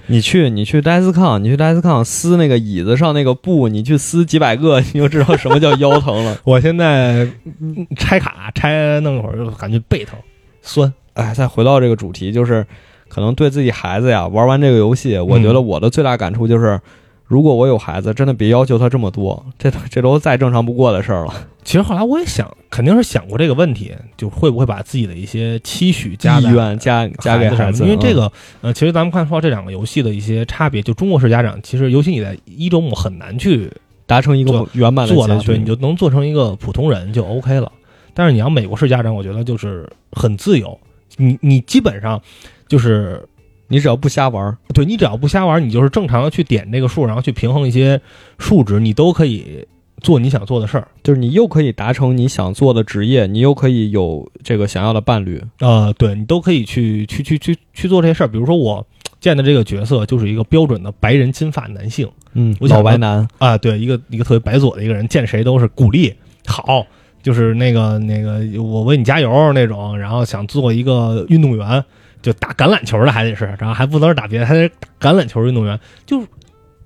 你去你去 d e s c o n 你去 d e s c o n 撕那个椅子上那个布，你去撕几百个，你就知道什么叫腰疼了。
我现在嗯拆卡拆弄一会儿就感觉背疼酸，
哎，再回到这个主题，就是可能对自己孩子呀，玩完这个游戏，我
嗯
觉得我的最大感触就是，如果我有孩子，真的别要求他这么多，这都这都再正常不过的事儿了。
其实后来我也想，肯定是想过这个问题，就会不会把自己的一些期许加
意
在
愿加加给
孩
孩
子
子，
上面，因为这
嗯
个，呃，其实咱们看说这两个游戏的一些差别，就中国式家长，其实尤其你在一周目很难去
达成一个
做
圆满的
做的，
结
对，你
局。
就能做成一个普通人就 OK 了。但是你要美国式家长，我觉得就是很自由，你你基本上就是
你只要不瞎玩儿，
对你只要不瞎玩，你就是正常的去点这个数，然后去平衡一些数值，你都可以做你想做的事儿。
就是你又可以达成你想做的职业，你又可以有这个想要的伴侣。
呃，对你都可以去去去去去做这些事儿。比如说我见的这个角色就是一个标准的白人金发男性。
嗯
我想
老白男，
啊，对，一个一个特别白左的一个人，见谁都是鼓励好，就是那个那个我为你加油那种，然后想做一个运动员，就打橄榄球的还得是，然后还不能是打别的，还得是打橄榄球运动员，就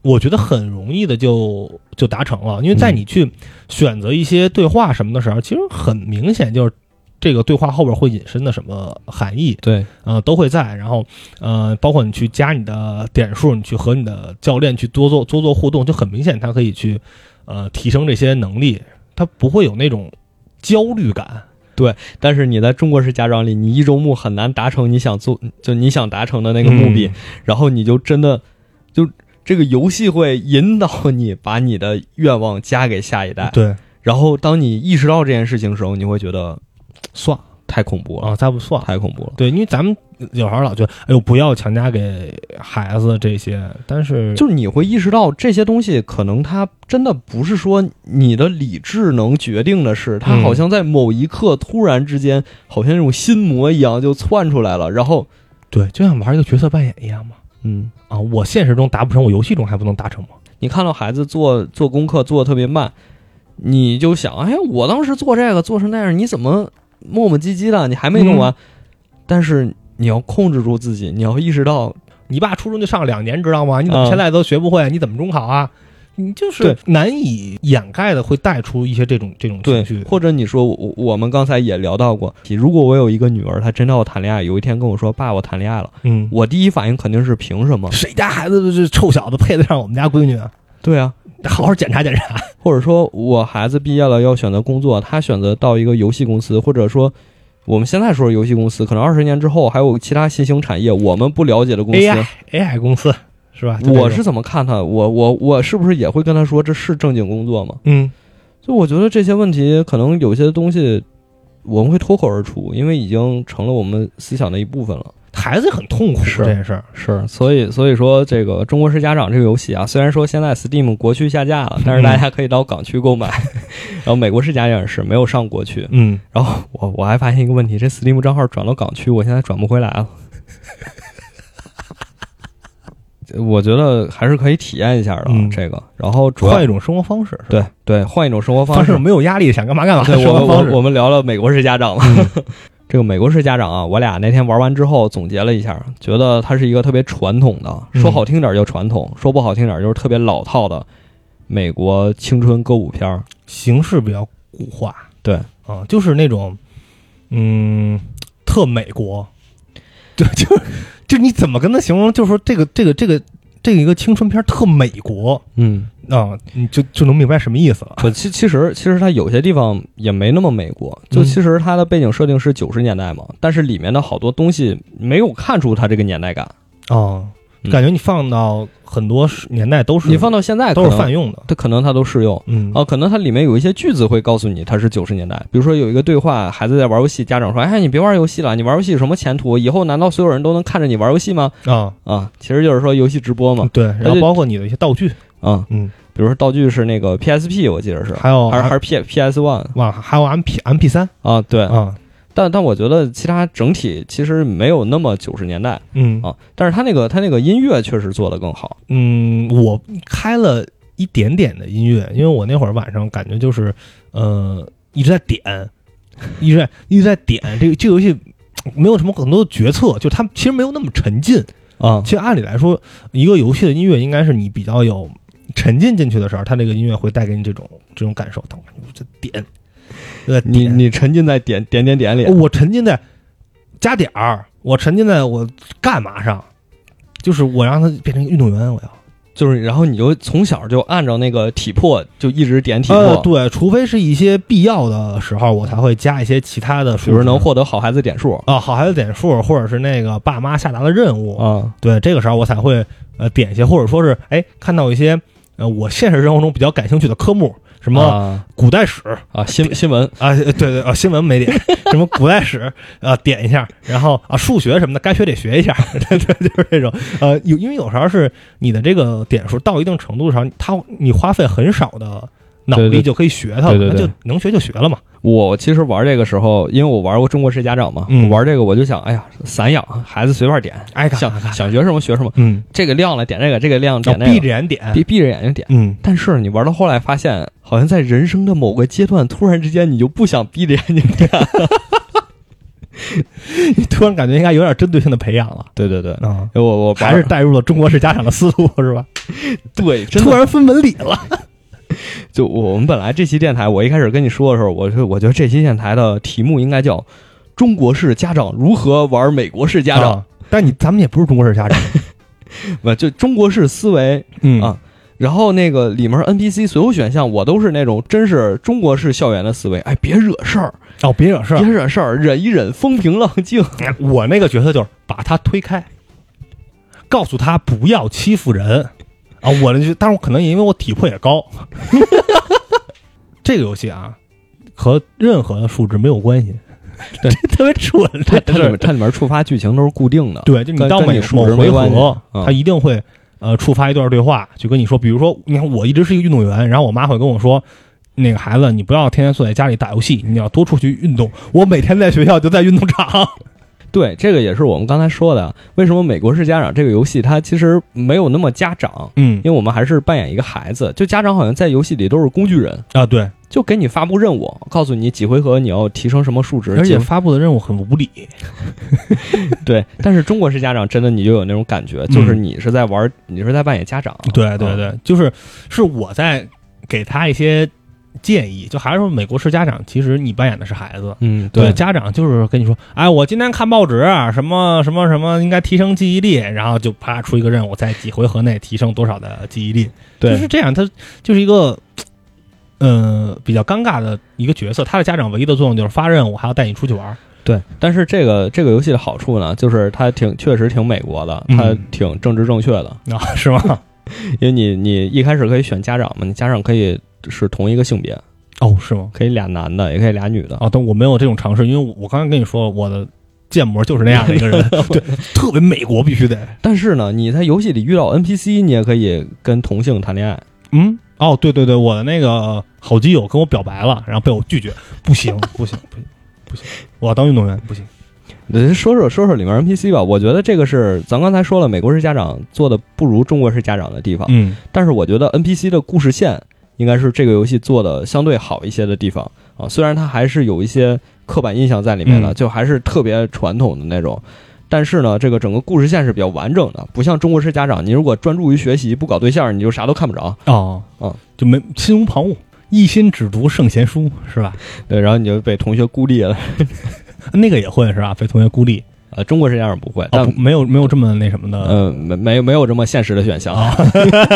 我觉得很容易的就就达成了，因为在
嗯
你去选择一些对话什么的时候，其实很明显就是。这个对话后边会引申的什么含义？
对，
呃，都会在。然后，呃，包括你去加你的点数，你去和你的教练去多做多做互动，就很明显，他可以去呃提升这些能力，他不会有那种焦虑感。
但是你在中国式家长里，你一周目很难达成你想做，就你想达成的那个目
嗯
的，然后你就真的就这个游戏会引导你把你的愿望加给下一代，
对，
然后当你意识到这件事情的时候，你会觉得
算
太恐怖了，
啊，再不算。
太恐怖了。
对，因为咱们有时候老觉得，哎呦，不要强加给孩子这些，但是
就是你会意识到这些东西，可能它真的不是说你的理智能决定的事，它
嗯
好像在某一刻突然之间，好像那种心魔一样就窜出来了。然后，
对，就像玩一个角色扮演一样嘛。
嗯，
啊，我现实中达不成，我游戏中还不能达成吗？
你看到孩子做做功课做的特别慢，你就想，哎，我当时做这个做成那样，你怎么磨磨唧唧的？你还没弄完。
嗯
但是你要控制住自己，你要意识到，
你爸初中就上两年，知道吗？你怎么现在都学不会？你怎么中考啊？你就是
对
难以掩盖的，会带出一些这种这种情
对
绪，。
或者你说我我们刚才也聊到过，如果我有一个女儿，她真的要谈恋爱，有一天跟我说爸，我谈恋爱了，
嗯，
我第一反应肯定是凭 什么？
谁家孩子这臭小子配得上我们家闺女？啊？
对啊，
好好检查检查。
或者说我孩子毕业了要选择工作，他选择到一个游戏公司，或者说我们现在说是游戏公司，可能二十年之后还有其他新兴产业我们不了解的公司。
AI AI 公司是吧？就这种
我是怎么看他？我我我是不是也会跟他说这是正经工作吗？
嗯，
就我觉得这些问题可能有些东西我们会脱口而出，因为已经成了我们思想的一部分了。
孩子也很痛苦
是
这件事儿。
是，啊所以所以说这个《中国式家长》这个游戏啊，虽然说现在 Steam 国区下架了，但是大家可以到港区购买。然后美国式家长也是没有上国区。
嗯，
然后我我还发现一个问题，这 Steam 账号转到港区，我现在转不回来了。我觉得还是可以体验一下的、
嗯
这个。然后主要
换一种生活方式，
对对，换一种生活方
方
式
式。没有压力，想干嘛干嘛的
对
生
我
活啊方式。嗯
我我们聊聊美国式家长了。 这个美国式家长啊，我俩那天玩完之后总结了一下，觉得它是一个特别传统的，
嗯
说好听点儿就传统，说不好听点儿就是特别老套的美国青春歌舞片儿。
形式比较固化，
对
啊，就是那种，嗯，特美国，对，就是就你怎么跟他形容？就是说这个这个这个这个一个青春片儿特美国
嗯，
啊，你就就能明白什么意思了。
不，其其实其实它有些地方也没那么美国，就
嗯
其实它的背景设定是九十年代嘛，但是里面的好多东西没有看出它这个年代感。
哦，
嗯
感觉你放到很多时年代都是
你放到现在
都
可
是
能
泛用的，
它可能它都适用。
嗯
哦，可能它里面有一些句子会告诉你它是九十年代，比如说有一个对话，孩子在玩游戏，家长说：“哎，你别玩游戏了，你玩游戏有什么前途？以后难道所有人都能看着你玩游戏吗？”
啊，
啊，其实就是说游戏直播嘛，
对，然
而
后
且
包括你的一些道具，
啊，
嗯，
比如说道具是那个 PSP，我记得是，
哦还有
还是还是 P PS One
哇，还有 M P M P 三
啊，对，
啊，
但但我觉得其他整体其实没有那么九十年代
嗯
啊，但是它那个它那个音乐确实做得更好，
嗯，我开了一点点的音乐，因为我那会儿晚上感觉就是，呃，一直在点，一直在一直在点。这个这个游戏没有什么很多的决策，就它其实没有那么沉浸。
啊
其实按理来说，一个游戏的音乐应该是你比较有沉浸进去的时候，它这个音乐会带给你这种这种感受。但我感觉我这点，呃，
你
点
你沉浸在点点点点里，
我沉浸在加点儿，我沉浸在我干嘛上，就是我让它变成一个运动员，我要。
就是然后你就从小就按照那个体魄就一直点体魄，
呃，对，除非是一些必要的时候，我才会加一些其他的数值，
比如能获得好孩子点数
啊、好孩子点数，或者是那个爸妈下达的任务，
啊，
对，这个时候我才会呃点一些，或者说是哎看到一些呃我现实生活中比较感兴趣的科目，什
什
么
么
古代史啊、
啊新新闻
对对啊、新闻没点，什么古代史啊、点一下，然后啊数学什么的该学得学一下， 对对，就是这种呃有因为有时候是你的这个点数到一定程度的时候，它你花费很少的。脑
对对
力就可以学它了，
对对
那
对
就能学就学了嘛。
我其实玩这个时候，因为我玩过《中国式家长》嘛，
嗯
我玩这个我就想，哎呀，散养，孩子随便点，
哎，看看
想
看
想学什么学什么，
嗯，
这个亮了点这个，这个亮
要
点那
闭
个，
着眼点，
闭闭着眼睛点。
嗯，
但是你玩到后来发现，好像在人生的某个阶段，突然之间你就不想闭着眼睛点。
突然感觉应该有点针 对性的培养了
对对对，
啊，
我我玩
还是带入了中国式家长的思路是吧？
对，真
突
的
然分文理了，
就我们本来这期电台，我一开始跟你说的时候，我就我觉得这期电台的题目应该叫《中国式家长如何玩美国式家长》
啊，但你咱们也不是中国式家长，
不就中国式思维
嗯
啊然后那个里面 NPC 所有选项，我都是那种真是中国式校园的思维，哎，别惹事儿，
哦，别惹事
别
儿，
惹事儿，忍一忍，风平浪静。
哎我那个角色就是把他推开，告诉他不要欺负人啊，我这就，但是我可能也因为我体魄也高， 这个游戏啊。和任何的数值没有关系，
对，
特别蠢，
它
这
它
事
里
儿
面它里面触发剧情都是固定的，
对，就你
跟
到
跟
每
你数
某
值没
回
关系
合，
嗯
他一定会呃触发一段对话，就跟你说，比如说，你看我一直是一个运动员，然后我妈会跟我说。那个孩子，你不要天天坐在家里打游戏，你要多出去运动。我每天在学校就在运动场，
对，这个也是我们刚才说的，为什么《美国式家长》这个游戏它其实没有那么家长，
嗯
因为我们还是扮演一个孩子，就家长好像在游戏里都是工具人，
啊，对，
就给你发布任务，告诉你几回合你要提升什么数值，
而
几
且发布的任务很无理，
对。但是中国式家长真的你就有那种感觉，就是你是在玩，你是在扮演家 长，
对对对，就是是我在给他一些建议，就还是说美国式家长，其实你扮演的是孩子，
嗯，
对，家长就是跟你说，哎，我今天看报纸，啊什么什么什么，应该提升记忆力，然后就啪出一个任务，在几回合内提升多少的记忆力，
对
就是这样，他就是一个，呃，比较尴尬的一个角色。他的家长唯一的作用就是发任务，还要带你出去玩儿。
对，但是这个这个游戏的好处呢，就是它挺确实挺美国的，
嗯
它挺政治正确的，
啊，是吗？
因为你你一开始可以选家长嘛，你家长可以是同一个性别，
哦，是吗？
可以俩男的，也可以俩女的。
啊哦，但我没有这种尝试，因为我我刚才跟你说，我的建模就是那样的一个人， 对，特别美国必须得，
但是呢，你在游戏里遇到 NPC，你也可以跟同性谈恋爱。
嗯，哦，对对对，我的那个好基友跟我表白了，然后被我拒绝，不行不行不行不行，我要当运动员不行，
呃说说说说里面 NPC 吧，我觉得这个是咱刚才说了，美国式家长做的不如中国式家长的地方，
嗯
但是我觉得 NPC 的故事线应该是这个游戏做的相对好一些的地方啊，虽然它还是有一些刻板印象在里面的，
嗯
就还是特别传统的那种。但是呢，这个整个故事线是比较完整的，不像中国式家长，你如果专注于学习不搞对象，你就啥都看不着。
哦
嗯
就没心无旁骛，一心只读圣贤书是吧？
对，然后你就被同学孤立了。
那个也会是吧？被同学孤立，
呃，中国式家长不会，但、
哦，不没嗯有没有这么那什么的，
呃，没没有没有这么现实的选项啊。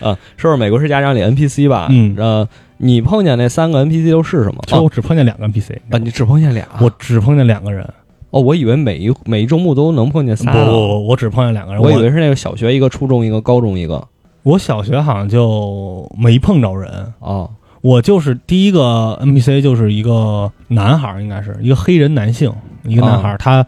啊，说说美国式家长里 NPC 吧，
哦嗯
呃，你碰见那三个 NPC 都是什么？哦
就我只碰见两个 NPC，
啊，你只碰见俩，
我只碰见两个人，
哦，我以为每一每一周目都能碰见
不
仨，
不不，我只碰见两个人，
我
我
以为是那个小学一个，初中一个，高中一个。
我小学好像就没碰着人，
哦，
我就是第一个 NPC 就是一个男孩儿，应该是一个黑人男性，一个男孩儿，他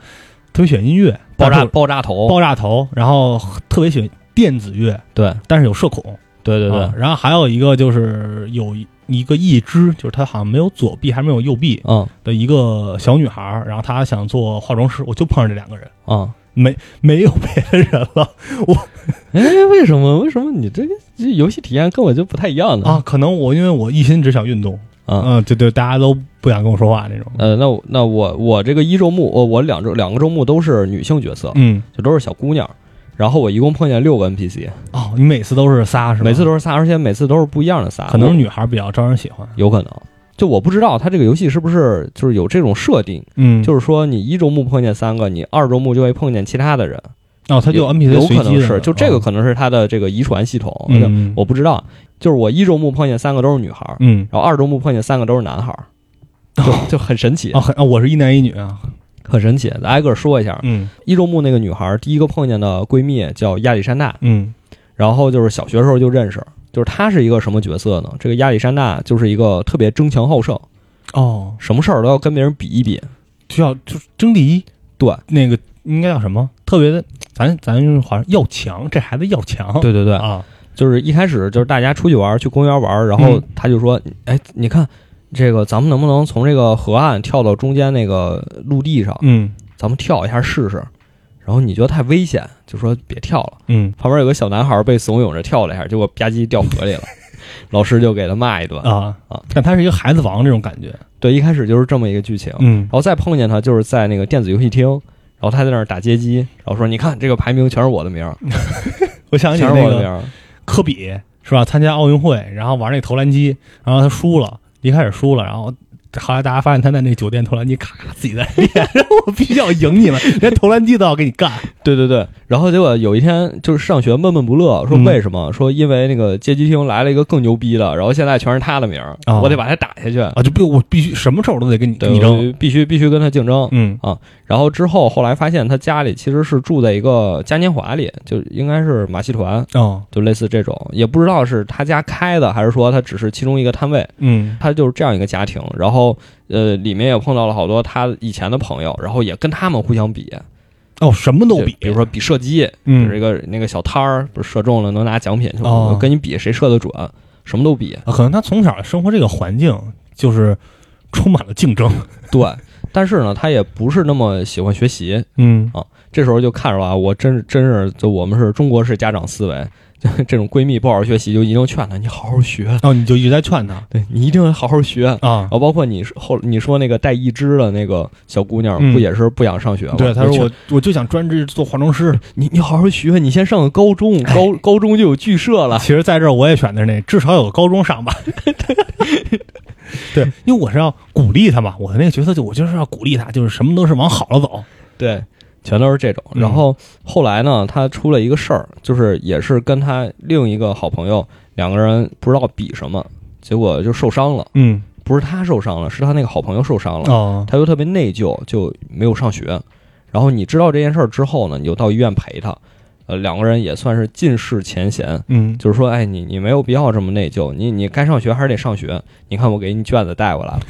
特别喜欢音乐，
啊爆
但
炸
是
爆炸头，
爆炸头，然后特别喜欢电子乐，
对
但是有社恐，
对对对，
啊然后还有一个就是有一一个义肢，就是他好像没有左臂还没有右臂
嗯
的一个小女孩儿，然后她想做化妆师，我就碰上这两个人，
嗯，
没没有别的人了
哎，为什么为什么你这个这游戏体验跟我就不太一样呢？
啊，可能我因为我一心只想运动，
啊。
嗯，对对，大家都不想跟我说话那种，
呃，那我那我我这个一周目，我我两周两个周目都是女性角色，
嗯。
就都是小姑娘，然后我一共碰见六个 NPC，
哦，你每次都是仨是吧？
每次都是仨，而且每次都是不一样的仨，
可能
我
是女孩比较招人喜欢。
有可能。就我不知道它这个游戏是不是就是有这种设定，
嗯
就是是说你一周目碰见三个，你二周目就会碰见其他的人，
哦，他就
有
NPC
有
随
可
机
能
的
是，就这个
哦
可能是它的这个遗传系统，
嗯
我不知道。就是我一周目碰见三个都是女孩儿，
嗯
然后二周目碰见三个都是男孩 儿， 就就很神奇
哦，，很哦，我是一男一女啊。
很神奇。挨个说一下，
嗯
一周目那个女孩儿第一个碰见的闺蜜叫亚历山大，
嗯
然后就是小学时候就认识，就是她是一个什么角色呢？这个亚历山大就是一个特别争强好胜，
哦，
什么事儿都要跟别人比一比。
就要就是争第一，
对，
那个应该叫什么？特别的，咱咱用好像要强，这孩子要强。
对对对，
啊，
就是一开始就是大家出去玩儿，去公园玩儿，然后
嗯
她就说：“哎，你看这个，咱们能不能从这个河岸跳到中间那个陆地上？
嗯
咱们跳一下试试。”然后你觉得太危险，就说别跳了。
嗯
旁边有个小男孩被怂恿着跳了一下，结果吧唧掉河里了， 老师就给他骂一顿。
啊
啊，
但他是一个孩子王这种感觉。
对，一开始就是这么一个剧情。
嗯
然后再碰见他就是在那个电子游戏厅，然后他在那儿打街机，然后说：“你看这个排名全是我的名儿，
我想起
全是
那
我的名
个
儿。
科比是吧？参加奥运会，然后玩那投篮机，然后他输了，一开始输了，然后后来大家发现他在那酒店投篮机，咔自己在练， 然后我必须要赢你们，连投篮机都要给你干。
对对对，然后结果有一天就是上学闷闷不乐，说
嗯
为什么？说因为那个街机厅来了一个更牛逼的，然后现在全是他的名儿，
啊
我得把他打下去。
啊，就必我必须什么时候都得跟你
对
跟你争。
我必须必须跟他竞争。
嗯
然后之后后来发现他家里其实是住在一个嘉年华里，就应该是马戏团，
哦
就类似这种，也不知道是他家开的，还是说他只是其中一个摊位。
嗯
他就是这样一个家庭，然后呃，里面也碰到了好多他以前的朋友，然后也跟他们互相比，
哦，什么都
就
比，
比如说比射击，
嗯
就是一个那个小摊儿，不是射中了能拿奖品什么
哦
的，跟你比谁射的准，什么都比。
啊可能他从小生活这个环境就是充满了竞争。
对，但是呢，他也不是那么喜欢学习，
嗯
这时候就看出来啊，我真是真是就我们是中国式家长思维， 就这种闺蜜不好好学习，就一定劝她你好好学，
哦，你就一直在劝他
对你一定要好好学。然
啊。
后包括你后你说那个带义肢的那个小姑娘，
嗯
不也是不想上学吗？
对，他
就
说
劝
我我就想专职做化妆师。
你你好好学，你先上个高中，
哎
高高中就有剧社了。
其实在这儿我也选的是那，至少有个高中上 吧。对，因为我是要鼓励他嘛，我的那个角色就我就是要鼓励他，就是什么都是往好了走。
对，全都是这种。
嗯
然后后来呢，他出了一个事儿，就是也是跟他另一个好朋友两个人不知道比什么，结果就受伤了。
嗯
不是他受伤了，是他那个好朋友受伤了，
哦
他就特别内疚，就没有上学。然后你知道这件事儿之后呢，你就到医院陪他。呃，两个人也算是尽释前嫌，
嗯
就是说，哎，你你没有必要这么内疚，你你该上学还是得上学。你看我给你卷子带过来了，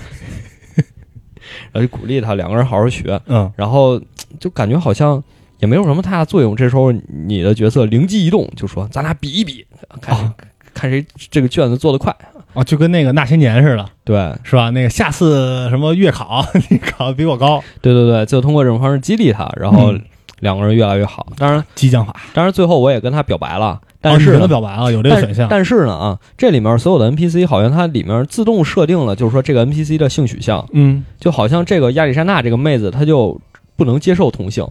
然后就鼓励他两个人好好学，
嗯
然后就感觉好像也没有什么太大作用。这时候你的角色灵机一动，就说咱俩比一比，看、
啊
看谁这个卷子做得快。
哦，就跟那个那些年似的，
对
是吧？那个下次什么月考 你考得比我高，
对对对，就通过这种方式激励他，然后
嗯
两个人越来越好。当然，
激将法，
当然最后我也跟他表白了，
哦
但啊
你
是
跟
呢、
他表白了，有这个
但
选项，
但是呢啊，这里面所有的 NPC 好像它里面自动设定了，就是说这个 NPC 的性取向，
嗯，
就好像这个亚历山大这个妹子她就不能接受同性。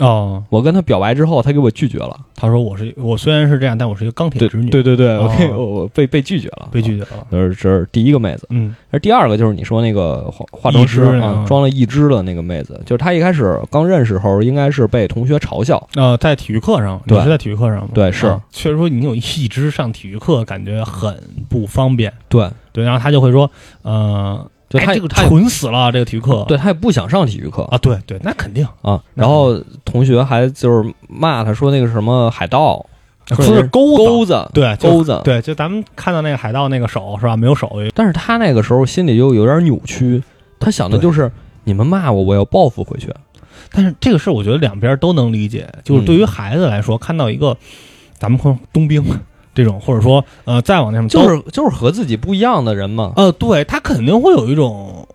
哦，
我跟她表白之后，她给我拒绝了。
他说我是我虽然是这样，但我是一个钢铁直女，
对对
哦
我被我我被被拒绝了，
被拒绝了，
这是这是第一个妹子，
啊嗯
而第二个就是你说那个化化妆师
一只那
啊
个，
装了一只的那个妹子，就是她一开始刚认识时候，应该是被同学嘲笑，
呃，在体育课上，你
对
是在体育课上吗？
对是
啊确实说你有一直上体育课，感觉很不方便。
对，
对，然后他就会说，呃，
就
哎
她
这个
她也
蠢死了，这个体育课。
对她也不想上体育课
啊，对对，那肯定，
啊，
那
然后同学还就是骂她说那个什么海盗，说
啊说
你
是
是
钩子
钩子，
对就
钩子，
对，就咱们看到那个海盗那个手是吧？没有手，
但是她那个时候心里又有点扭曲，她想的
对
就是你们骂我，我要报复回去，
但是这个事儿我觉得两边都能理解，就是
嗯
对于孩子来说，看到一个咱们说冬兵这种，或者说呃再往那什么，
就是就是和自己不一样的人嘛，
呃，对他肯定会有一种，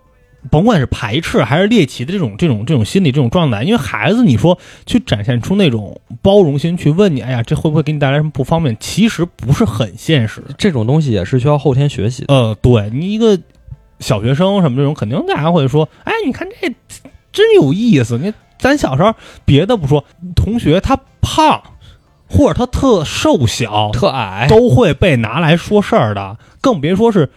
甭管是排斥还是猎奇的这种这种这种心理这种状态，因为孩子你说去展现出那种包容心，去问你，哎呀，这会不会给你带来什么不方便？其实不是很现实。
这种东西也是需要后天学习的。
呃，对你一个小学生什么这种，肯定大家会说，哎，你看这真有意思。你咱小时候别的不说，同学他胖，或者他特瘦小，
特矮，
都会被拿来说事儿的，更别说是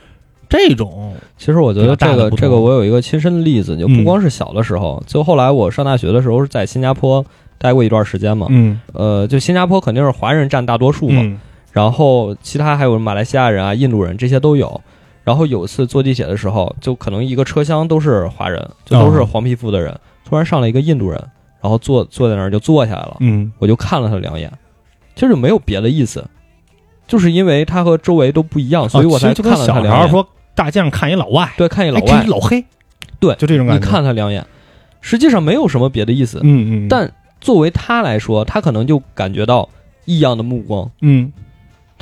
这种。
其实我觉得
比
这
较大的
个
不同嗯
这个我有一个亲身的例子，就不光是小的时候，就后来我上大学的时候是在新加坡待过一段时间嘛，
嗯，
呃，就新加坡肯定是华人占大多数嘛，
嗯
然后其他还有马来西亚人啊、印度人这些都有。然后有一次坐地铁的时候，就可能一个车厢都是华人，就都
哦
是黄皮肤的人，突然上来一个印度人，然后坐坐在那儿就坐下来了，
嗯
我就看了他两眼，其实没有别的意思，就是因为他和周围都不一样，所以我才
啊其实就
看了
跟
他
小
两
孩
眼。
儿说大街上看一老外，
对，看一老
哎
外
这一，老黑，
对
就这种
你
感觉。
看他两眼，实际上没有什么别的意思。
嗯，嗯嗯，
但作为他来说，他可能就感觉到异样的目光，
嗯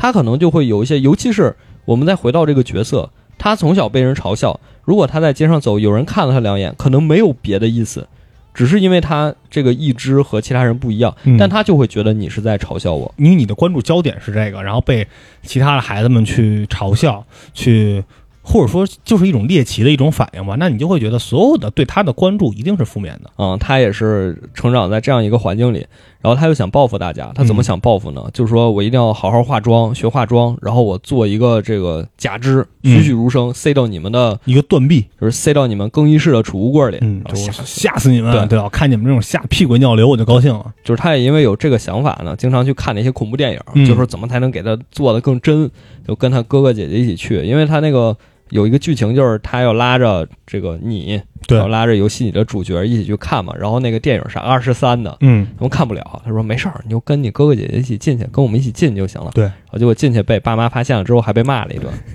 他可能就会有一些，尤其是我们再回到这个角色，他从小被人嘲笑，如果他在街上走，有人看了他两眼，可能没有别的意思，只是因为他这个意志和其他人不一样，
嗯
但他就会觉得你是在嘲笑我。
你你的关注焦点是这个，然后被其他的孩子们去嘲笑，去或者说就是一种猎奇的一种反应吧，那你就会觉得所有的对他的关注一定是负面的。
嗯，他也是成长在这样一个环境里，然后他又想报复大家，他怎么
嗯
想报复呢？就是说我一定要好好化妆，学化妆，然后我做一个这个假肢，栩
嗯
栩如生，塞到你们的，
一个断臂，
就是塞到你们更衣室的储物柜里。
嗯，
然
就
后哎哦吓
是
死
吓死你们！
对
对吧？我看你们这种吓屁滚尿流，我就高兴了。
就是他也因为有这个想法呢，经常去看那些恐怖电影，
嗯
就是怎么才能给他做的更真，就跟他哥哥姐姐一起去，因为他那个。有一个剧情就是他要拉着这个你，
对
要，拉着游戏里的主角一起去看嘛。然后那个电影是二十三的，
嗯，
他们看不了，他说没事儿，你就跟你哥哥姐姐一起进去，跟我们一起进就行了。
对
然后结果进去被爸妈发现了之后，还被骂了一顿。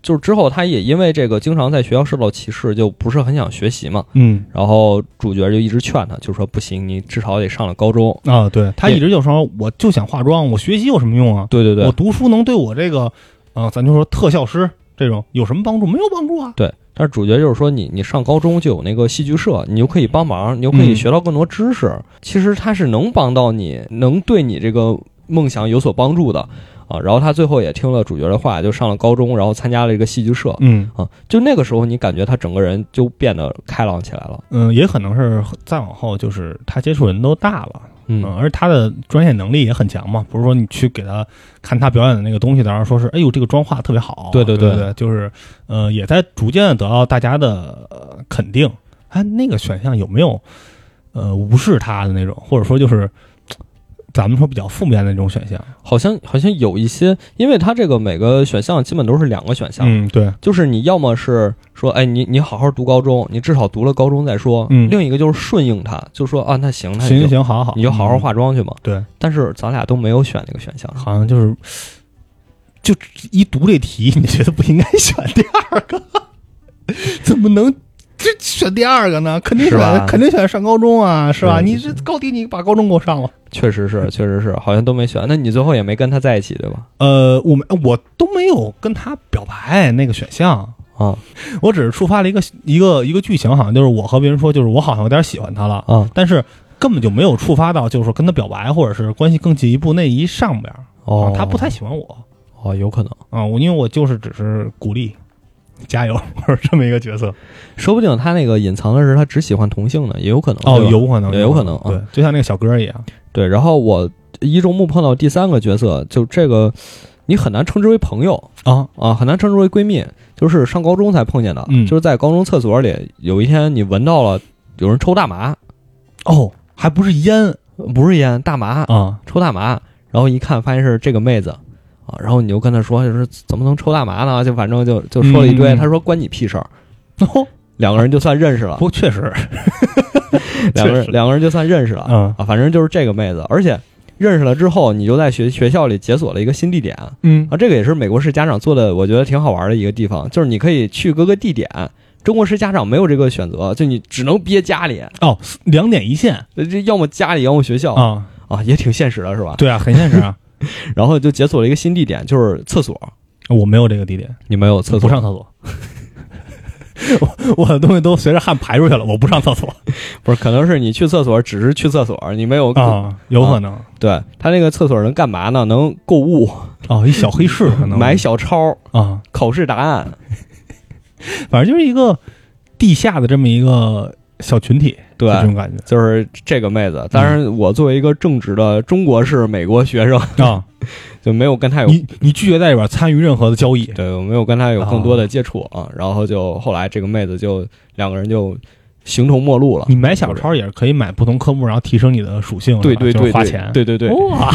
就是之后他也因为这个经常在学校受到歧视，就不是很想学习嘛。
嗯。
然后主角就一直劝他，就说不行，你至少得上了高中。
啊、对他一直就说，我就想化妆，我学习有什么用啊？
对对
我
对
读书能对我这个，呃，咱就说特效师这种有什么帮助？没有帮助啊。
对。但是主角就是说你你上高中就有那个戏剧社，你就可以帮忙，你就可以
嗯
学到更多知识。其实他是能帮到你，能对你这个梦想有所帮助的啊。然后他最后也听了主角的话，就上了高中，然后参加了一个戏剧社。
嗯
啊，就那个时候，你感觉他整个人就变得开朗起来了。
嗯，也可能是再往后，就是他接触人都大了，
嗯
嗯，而他的专业能力也很强嘛，不是说你去给他看他表演的那个东西的时候，说是哎呦这个妆化得特别好，
对对
对
对
对，就是呃也在逐渐地得到大家的、呃肯定。哎，那个选项有没有呃无视他的那种，或者说就是咱们说比较负面的那种选项？
好像好像有一些，因为他这个每个选项基本都是两个选项，
嗯，对，
就是你要么是说，哎，你你好好读高中，你至少读了高中再说；
嗯
另一个就是顺应他，就说啊，那行，那
行
你
行
就，
行，好好，
你就好好
嗯
化妆去嘛。
对，
但是咱俩都没有选那个选项，
好像就是就 一读这题，你觉得不应该选第二个，怎么能这这选第二个呢？肯定
是吧
选，肯定选上高中啊，是吧？
对
你这高低你把高中给我上了。
确实是，确实是，好像都没选。那你最后也没跟他在一起，对吧？
呃，我们我都没有跟他表白那个选项，
啊
我只是触发了一个一个一个剧情，好像就是我和别人说，就是我好像有点喜欢他了，
啊
但是根本就没有触发到，就是说跟他表白或者是关系更进一步那一上边儿，
哦
啊，他不太喜欢我
哦，有可能，
啊，我因为我就是只是鼓励。加油， 或者这么一个角色
说不定他那个隐藏的是他只喜欢同性的，也有可能对吧
哦有可能，
也有可能啊
对，就像那个小哥一样，
对。然后我一众目碰到第三个角色，就这个你很难称之为朋友
啊，
啊，很难称之为闺蜜，就是上高中才碰见的，
嗯
就是在高中厕所里，有一天你闻到了有人抽大麻，
哦，还不是烟
不是烟，大麻，
啊，
抽大麻，然后一看发现是这个妹子啊，然后你就跟她说，就是怎么能抽大麻呢？就反正就就说了一堆，
嗯
她说关你屁事儿。
哦，
两个人就算认识
不
了，
过确实，
两个
确
人
实
两个人就算认识了
嗯
啊，反正就是这个妹子，而且认识了之后，你就在学学校里解锁了一个新地点啊，
嗯
这个也是美国式家长做的，我觉得挺好玩的一个地方，就是你可以去各个地点。中国式家长没有这个选择，就你只能憋家里，呃
哦，两点一线
这要么家里，要么学校
啊，
啊，也挺现实的，是吧？
对啊，很现实啊。
然后就解锁了一个新地点，就是厕所。
我没有这个地点，
你没有厕
我
所？
不上厕所。 我我的东西都随着汗排出去了，我不上厕所
不是，可能是你去厕所只是去厕所，你没有、
啊，有可能
对他那个厕所能干嘛呢？能购物、
哦，一小黑市可能
买小抄、
啊，
考试答案。
反正就是一个地下的这么一个小群体，
对
就这种感觉
就是这个妹子，当然我作为一个正直的中国式美国学生，
啊。
就没有跟他有
你你拒绝在里边参与任何的交易，
哎对我没有跟他有更多的接触啊。然后就后来这个妹子就两个人就形同陌路了。
你买小抄也是可以买不同科目，然后提升你的属性，是吧
对对
就是
对，
花
对
钱，
对对对，
哇，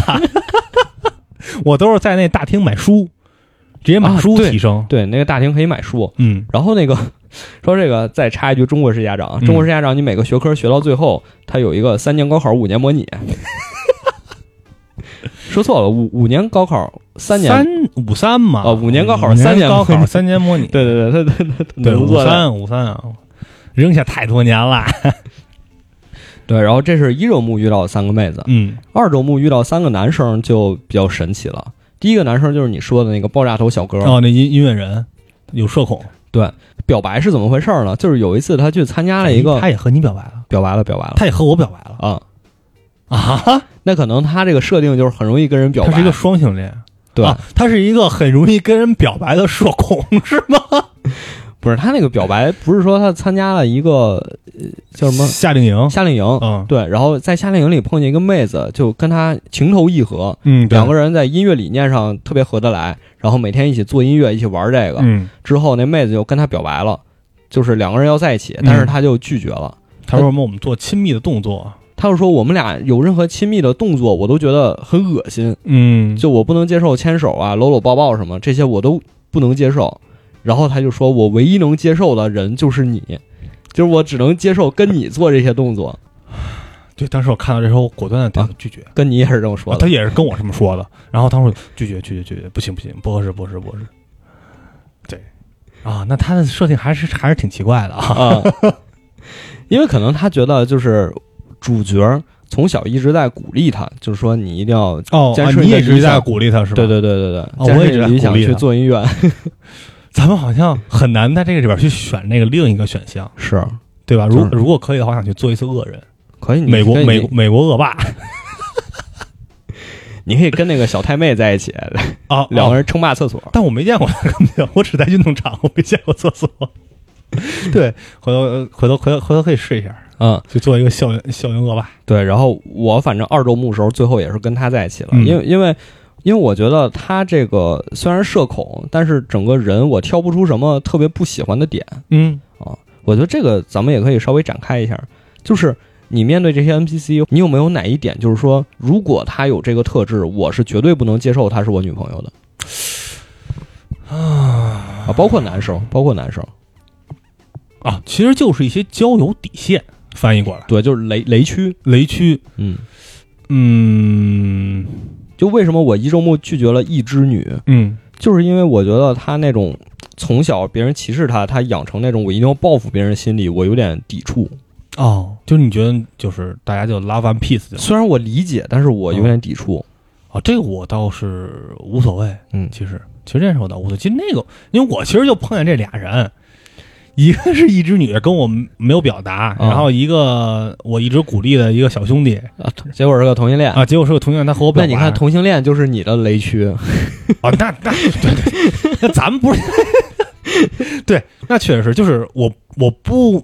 我都是在那大厅买书，直接买
啊
书
对
提升，
对那个大厅可以买书，
嗯
然后那个 说这个再插一句，中国式家长，啊
嗯
中国式家长，你每个学科学到最后，它有一个三年高考五年模 拟。说错了，五五年高考三年，
五三嘛，
哦五年高考
五
三年
高
模
考
拟
三年模拟，
对对对，他他他
对
浓
五
缩的
三五三啊，扔下太多 年了，
对，然后这是一周目遇到三个妹子，
嗯
二周目遇到三个男生就比较神奇了。第一个男生就是你说的那个爆炸头小哥，
哦，那音音乐人有社恐，
表白是怎么回事儿呢？就是有一次他去参加了一个
他也和你表白了，
表白了，表白了
他也和我表白了
啊、
啊，
那可能他这个设定就是很容易跟人表
他
白
是一，个双性恋，
对、
啊，他是一个很容易跟人表白的社恐，是吗？
不是他那个表白，不是说他参加了一个呃叫什么哦
夏令营，
夏令营，
嗯
对，然后在夏令营里碰见一个妹子，就跟他情投意合，
嗯，对
两个人在音乐理念上特别合得来，然后每天一起做音乐，一起玩这个。
嗯，
之后那妹子就跟他表白了，就是两个人要在一起，
嗯
但是他就拒绝了。
他说什么我们做亲密的动作，
他就说我们俩有任何亲密的动作，我都觉得很恶心，
嗯
就我不能接受牵手啊、搂搂抱抱什么这些我都不能接受。然后他就说我唯一能接受的人就是你，就是我只能接受跟你做这些动作。
对，当时我看到这时候，我果断的点
啊
头拒绝、
跟你也是这么说
啊
的，
他也是跟我这么说的，然后他说拒绝，拒绝，拒绝，不行，不行，不合适，不合适，不合适。对，啊，那他的设定还是还是挺奇怪的啊。
啊， 因为可能他觉得就是主角从小一直在鼓励他，就是哦说你一定要，
哦
坚
啊
持
你
你的
也一直
理
在
想
鼓励他是吧？
对对对对对，
我
坚
也
持
觉得
理
鼓
想
励
去
他
做音乐
咱们好像很难在这个里边去选那个另一个选项，
是
对吧？如
就是
如果可以的话，想去做一次恶人，
可以。你
美国
可以
美国，美国恶 霸
你可以跟那个小太妹在一起，
啊，
两个
人。
人称霸厕所。
但我没见过那个 庙，我只在运动场，我没见过厕所。 对，回头呃回头回头回头可以试一下，
嗯，
就做一个校园校园恶霸。
对。然后我反正二周目时候最后也是跟他在一起了，
嗯
因为因为。因为我觉得他这个虽然社恐，但是整个人我挑不出什么特别不喜欢的点。
嗯，
我觉得这个咱们也可以稍微展开一下，就是你面对这些 NPC，你有没有哪一点就是说，如果他有这个特质，我是绝对不能接受她是我女朋友的啊包括男生，包括男生，
啊，其实就是一些交友底线，翻译过来
对，就是雷雷区，
雷区。
嗯，
嗯
就为什么我一周目拒绝了一只女，
嗯
就是因为我觉得她那种从小别人歧视他，他养成那种我一定要报复别人的心理，我有点抵触。
哦，就你觉得就是大家就 love and peace 就行
虽然我理解，但是我有点抵触。
啊，这个我倒是无所谓，
嗯，
其实其实这事我倒无所谓。其实那个，因为我其实就碰见这俩人，一个是一只女的跟我没有表达，
嗯
然后一个我一直鼓励的一个小兄弟
啊，结果是个同性恋。
啊，结果是个同性恋，他和我表
那
白。
你看，同性恋就是你的雷区，
啊，那那对对，对那咱们不是对，那确实是就是我我不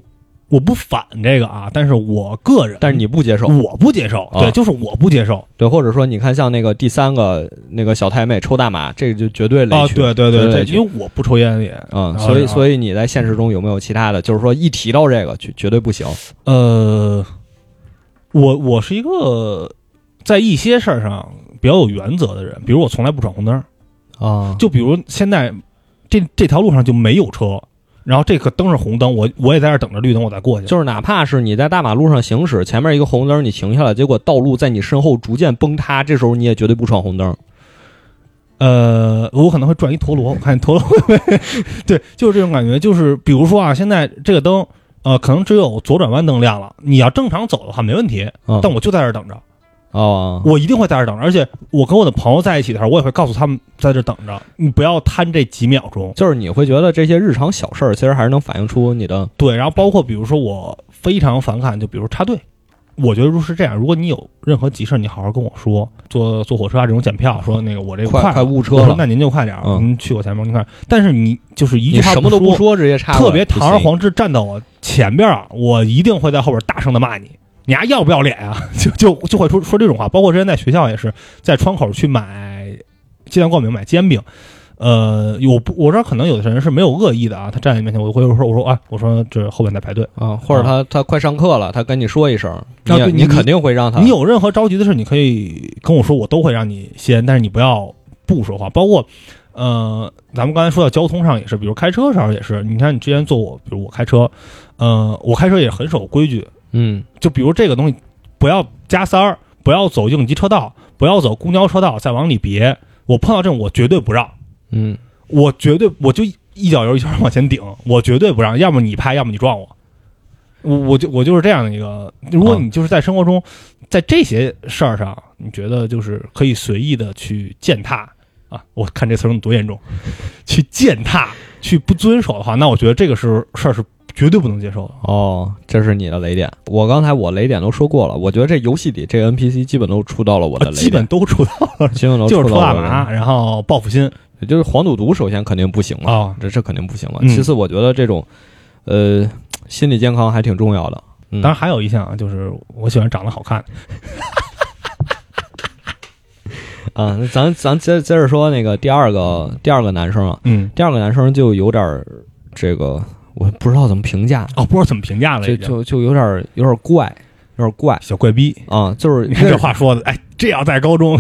我不反这个啊，但是我个人，
但是你不接受，
我不接受，
啊
对，就是我不接受
对，或者说你看像那个第三个那个小太妹抽大麻，这个就绝对雷
啊，
区，
对对对
绝
对，
雷区
因为我不抽烟也，
嗯，
啊
所以
啊
所以你在现实中有没有其他的？就是说一提到这个，绝绝对不行。
呃，我我是一个在一些事儿上比较有原则的人，比如我从来不闯红灯儿，
啊，
就比如现在这这条路上就没有车，然后这个灯是红灯，我我也在这儿等着绿灯，我再过去。
就是哪怕是你在大马路上行驶，前面一个红灯你停下了，结果道路在你身后逐渐崩塌，这时候你也绝对不闯红灯。
呃，我可能会转一陀螺，我看陀螺会 不会，对，就是这种感觉。就是比如说啊，现在这个灯，呃，可能只有左转弯灯亮了，你要正常走的话没问题，
嗯
但我就在这儿等着，
哦，
我一定会在这儿等着。而且我跟我的朋友在一起的时候，我也会告诉他们在这儿等着，你不要贪这几秒钟。
就是你会觉得这些日常小事儿，其实还是能反映出你的
对，然后包括比如说我非常反感，就比如插队。我觉得如果是这样，如果你有任何急事，你好好跟我说。坐坐火车啊，这种检票，说那个我这个
快
快
快
了
误车
我说
了，
那您就快点儿，
嗯
您去我前面，您看。但是你就是
你
一句话
什么都
不
不，说，直接插过
特
来
别
不行
堂而皇之站到我前边儿啊，我一定会在后边大声的骂你，你还要不要脸啊？ 就就就会说说这种话。包括之前在学校也是，在窗口去买鸡蛋灌饼、买煎饼。呃，我不我知道，可能有的人是没有恶意的啊。他站在你面前，我会说：“我说啊，我说这后边在排队。
啊，或者他他快上课了，他跟你说一声，你也
啊对
你
你
肯定会让他
你有任何着急的事，你可以跟我说，我都会让你先，但是你不要不说话。包括，呃，咱们刚才说到交通上也是，比如开车上也是。你看你之前坐我，比如我开车，呃，我开车也很守规矩，
嗯
就比如这个东西，不要加塞儿，不要走应急车道，不要走公交车道，再往里别。我碰到这种，我绝对不让，
嗯
我绝对我就一脚油一圈往前顶，我绝对不让，要么你拍，要么你撞我。我我就我就是这样的一个，如
啊
果你就是在生活中，在这些事儿上，你觉得就是可以随意的去践踏啊，我看这词儿用得多严重， 去践踏，去不遵守的话，那我觉得这个是事儿是绝对不能接受的。
哦，这是你的雷点。我刚才我雷点都说过了，我觉得这游戏里这 NPC 基本都触到了我的
啊
雷
基
点
本，都出道，
基本都
就
触
是抽
到
大
我的雷
麻，
点，
然后报复心
也就是黄赌毒，首先肯定不行嘛，
啊。
这这肯定不行嘛。
嗯
其次，我觉得这种呃心理健康还挺重要的。嗯
当然还有一项啊，就是我喜欢长得好看。
啊，那咱咱接接着说那个第二个第二个男生啊，
嗯，
第二个男生就有点儿这个，我不知道怎么评价，
哦，不知道怎么评价了，
就
已经
就就有点儿有点儿怪，有点儿怪
小怪逼。
啊，就是
你看这话说的，哎，这要在高中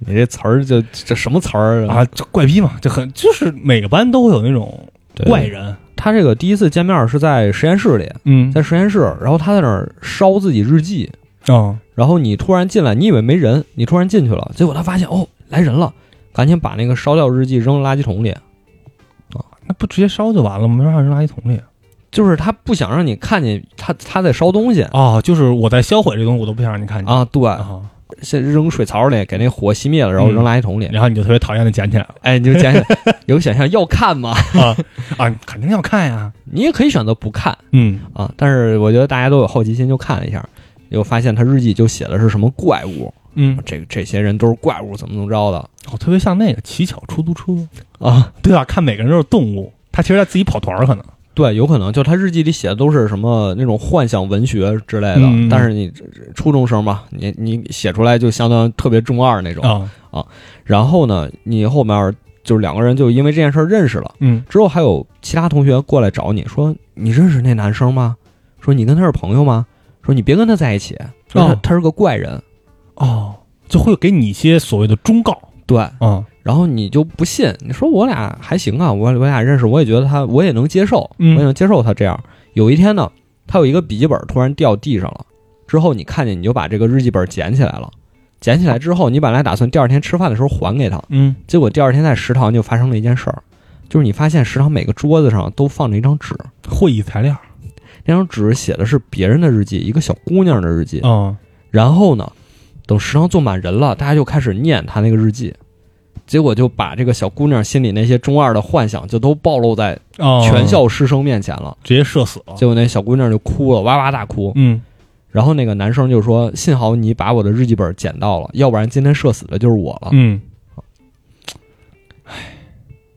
你这词儿就这什么词儿
啊，就怪逼嘛，就很就是每个班都会有那种
对
怪人，
他这个第一次见面是在实验室里，
嗯
在实验室，然后他在那儿烧自己日记，
哦，
然后你突然进来，你以为没人，你突然进去了，结果他发现哦来人了，赶紧把那个烧掉日记扔垃圾桶里，
那不直接烧就完了吗？没让扔垃圾桶里
就是他不想让你看见他他在烧东西
哦，就是我在销毁这东西，我都不想让你看见
啊，对，
啊，
先扔水槽里，给那火熄灭了，然后扔垃圾桶里。
然后你就特别讨厌的捡 起来了
哎，你就想 想，有想象要看吗？
啊啊，肯定要看呀，
你也可以选择不看
嗯，
啊，但是我觉得大家都有好奇心，就看了一下，又发现他日记就写的是什么怪物，
嗯，
这这些人都是怪物，怎么怎么着的
我特别像那个乞巧出租车，
啊？
对吧？看每个人都是动物，他其实他自己跑团儿可能，
对，有可能就他日记里写的都是什么那种幻想文学之类的，
嗯
但是你这这初中生嘛，你你写出来就相当特别中二那种。
啊，
然后呢，你后面就是两个人就因为这件事儿认识了，
嗯，
之后还有其他同学过来找你说你认识那男生吗？说你跟他是朋友吗？说你别跟他在一起，说他、
哦
他是个怪人。
哦，就会给你一些所谓的忠告
对，
啊，
然后你就不信，你说我俩还行啊，我我俩认识，我也觉得他，我也能接受，
嗯
我也能接受他这样。有一天呢，他有一个笔记本突然掉地上了，之后你看见你就把这个日记本捡起来了，捡起来之后，你本来打算第二天吃饭的时候还给他，
嗯，
结果第二天在食堂就发生了一件事儿，就是你发现食堂每个桌子上都放着一张纸，
会议材料，
那张纸写的是别人的日记，一个小姑娘的日记。
嗯，
然后呢，等食堂坐满人了，大家就开始念她那个日记，结果就把这个小姑娘心里那些中二的幻想就都暴露在
哦
全校师生面前了。
直接社死了，
结果那小姑娘就哭了，哇哇大哭。
嗯，
然后那个男生就说：“幸好你把我的日记本捡到了，要不然今天社死的就是我了。
嗯，唉，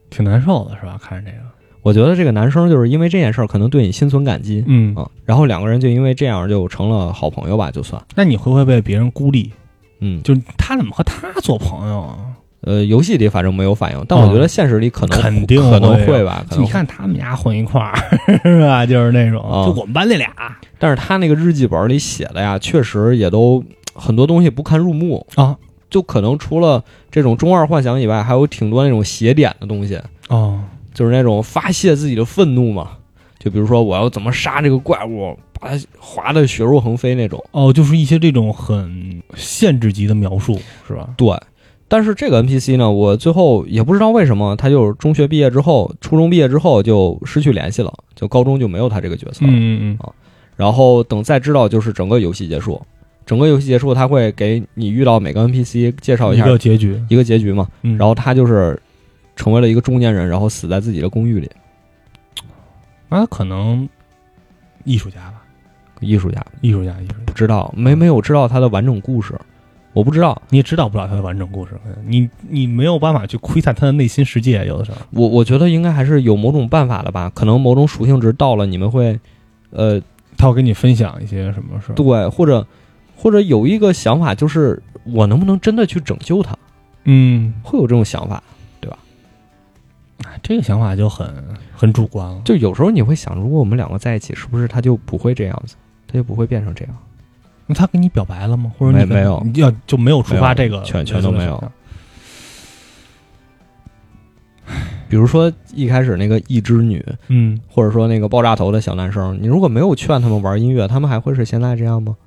挺难受的是吧？看着这个，
我觉得这个男生就是因为这件事儿，可能对你心存感激
嗯
啊、然后两个人就因为这样就成了好朋友吧，就算。
那你会不会被别人孤立？
嗯，
就是他怎么和他做朋友啊？
呃，游戏里反正没有反应，但我觉得现实里可能、
哦肯定
可能
会
会吧。可
就
能
你
会，
看他们俩混一块儿 是吧？就是那种，
啊
就我们班那俩
但是他那个日记本里写的呀，确实也都很多东西不堪入目，
啊
就可能除了这种中二幻想以外，还有挺多那种邪典的东西，
哦，
就是那种发泄自己的愤怒嘛。就比如说，我要怎么杀这个怪物，把它划得血肉横飞那种。
哦，就是一些这种很限制级的描述，是吧？
对，但是这个 NPC 呢，我最后也不知道为什么，他就是中学毕业之后，初中毕业之后就失去联系了，就高中就没有他这个角色了。
嗯嗯
然后等再知道，就是整个游戏结束，整个游戏结束，他会给你遇到每个 NPC 介绍
嗯，
一
一
下
个结局，
一个结局嘛。
嗯，
然后他就是成为了一个中年人，然后死在自己的公寓里，
那可能艺术家吧，
艺术家
艺术家，艺术家。
不知道，没
嗯
没有知道他的完整故事，我不知道。
你也知道不了他的完整故事，你你没有办法去窥探他的内心世界，有的时候。
我我觉得应该还是有某种办法的吧，可能某种属性值到了，你们会，呃，
他要跟你分享一些什么事儿？
对，或者或者有一个想法，就是我能不能真的去拯救他，
嗯，
会有这种想法。
哎这个想法就很很主观了。
就有时候你会想，如果我们两个在一起，是不是他就不会这样子，他就不会变成这样？
那他跟你表白了吗？或者你
没
跟
没有
你要就没有触发这个。
全全都没有。比如说一开始那个一只女，
嗯，
或者说那个爆炸头的小男生，你如果没有劝他们玩音乐，他们还会是现在这样吗？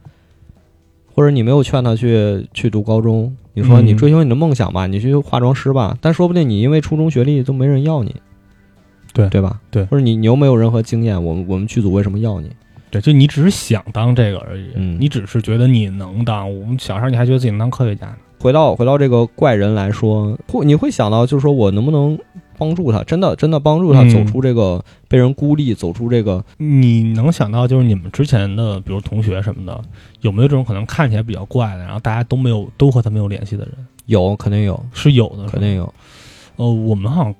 或者你没有劝他去去读高中，你说
嗯
你追求你的梦想吧，你去化妆师吧，但说不定你因为初中学历都没人要你，
对
对吧？
对
或者你你又没有任何经验，我们我们剧组为什么要你？
对，就你只是想当这个而已，
嗯
你只是觉得你能当。我们小时候你还觉得自己能当科学家呢。
回到回到这个怪人来说，会你会想到就是说我能不能帮助他，真的真的帮助他
嗯
走出这个被人孤立，走出这个
你能想到就是你们之前的，比如同学什么的，有没有这种可能看起来比较怪的，然后大家都没有都和他没有联系的人？
有肯定有
是有的，是吧
肯定有，
呃，我们好像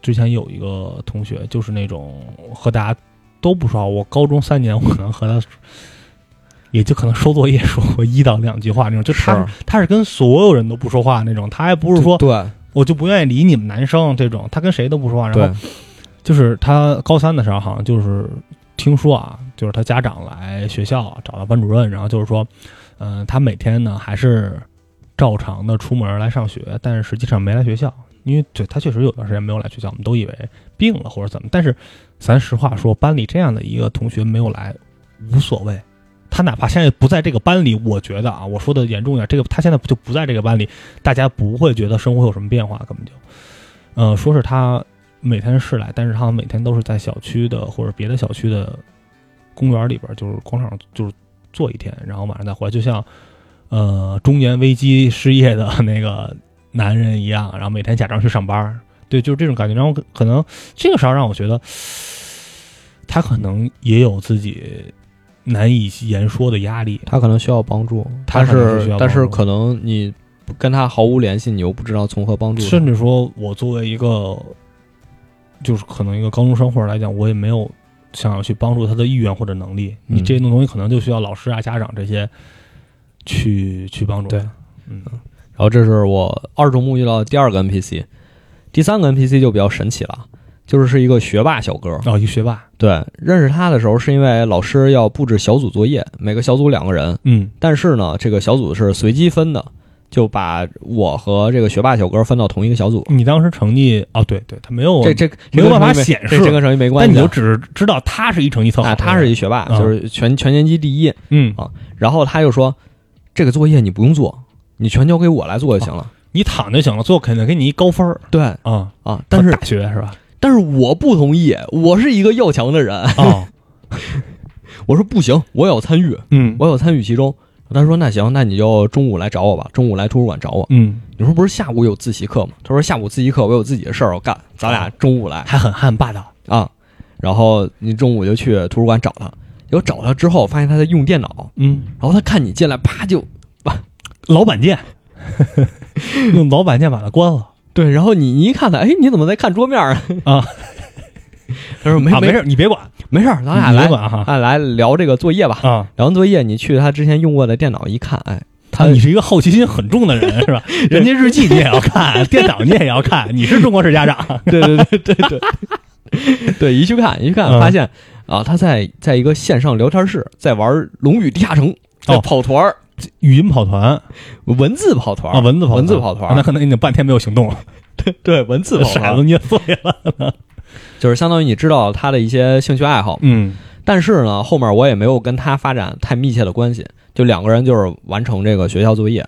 之前有一个同学，就是那种和大家都不说话。我高中三年，我可能和他也就可能收作业说过一到两句话那种。就他是他是跟所有人都不说话那种，他还不是说
对
我就不愿意理你们男生这种，他跟谁都不说话。然
对
后就是他高三的时候，好像就是听说啊，就是他家长来学校找到班主任，然后就是说，嗯、他每天呢还是照常的出门来上学，但是实际上没来学校，因为对他确实有段时间没有来学校，我们都以为病了或者怎么，但是咱实话说，班里这样的一个同学没有来无所谓。他哪怕现在不在这个班里，我觉得啊，我说的严重一点，这个他现在就不在这个班里，大家不会觉得生活有什么变化，根本就，呃，说是他每天是来，但是他每天都是在小区的或者别的小区的公园里边，就是广场，就是坐一天，然后晚上再回来，就像呃中年危机失业的那个男人一样，然后每天假装去上班，对，就是这种感觉。然后可可能这个时候让我觉得，他可能也有自己难以言说的压力。
他可能需要帮助，
他
但
可能是需
是
要
但是
帮助
可能你跟他毫无联系，你又不知道从何帮助他。
甚至说，我作为一个，就是可能一个高中生或者来讲，我也没有想要去帮助他的意愿或者能力。
嗯
你这种东西可能就需要老师啊、家长这些去去帮助他。
对
嗯，
然后这是我二周目遇到的第二个 NPC，第三个 NPC 就比较神奇了，就是是一个学霸小哥。
哦，一个学霸，
对，认识他的时候是因为老师要布置小组作业，每个小组两个人，
嗯
但是呢，这个小组是随机分的，就把我和这个学霸小哥分到同一个小组。
你当时成绩哦，对对，他没有
这这
没有办法
这跟成绩
显示
这这跟成绩没关
但
系啊。
你就只知道他是一成绩特好
啊，
的人，
他是一学霸，
啊
就是全全年级第一。
嗯，
然后他就说，这个作业你不用做，你全
哦
交给我来做就行了。
你躺就行了，最后肯定给你一高分儿
对
啊。
啊，但是
大学是吧？
但是我不同意，我是一个要强的人，
哦，
我说不行，我也要参与，
嗯
我也要参与其中。他说那行，那你就中午来找我吧，中午来图书馆找我。
嗯，
你说不是下午有自习课吗？他说下午自习课我有自己的事儿要干，咱俩中午来
还很很霸道，
啊。然后你中午就去图书馆找他，结果找他之后发现他在用电脑，
嗯，
然后他看你进来，啪就
老板 键，用老板键把它关了
对，然后你你一看他，哎，你怎么在看桌面啊？
啊，
他说没、
啊，没
事
事，你别管，
没事儿，咱俩
你别
来
管啊哈
咱俩来聊这个作业吧。
啊，
聊完作业，你去他之前用过的电脑一看，哎，他
你是一个好奇心很重的人是 吧？人家日记你也要看，电脑你也要看，你是中国式家 长，
对对对对对对，一去看一去看，
嗯
发现啊，他在在一个线上聊天室，在玩《龙与地下城》，在
哦
跑团儿，
语音跑团
文字跑团
啊，
儿，
文字跑
文字跑团
啊那可能你半天没有行动了，
对文字跑团
呃傻子
儿，
捏碎了，
就是相当于你知道他的一些兴趣爱好，
嗯
但是呢，后面我也没有跟他发展太密切的关系，就两个人就是完成这个学校作业。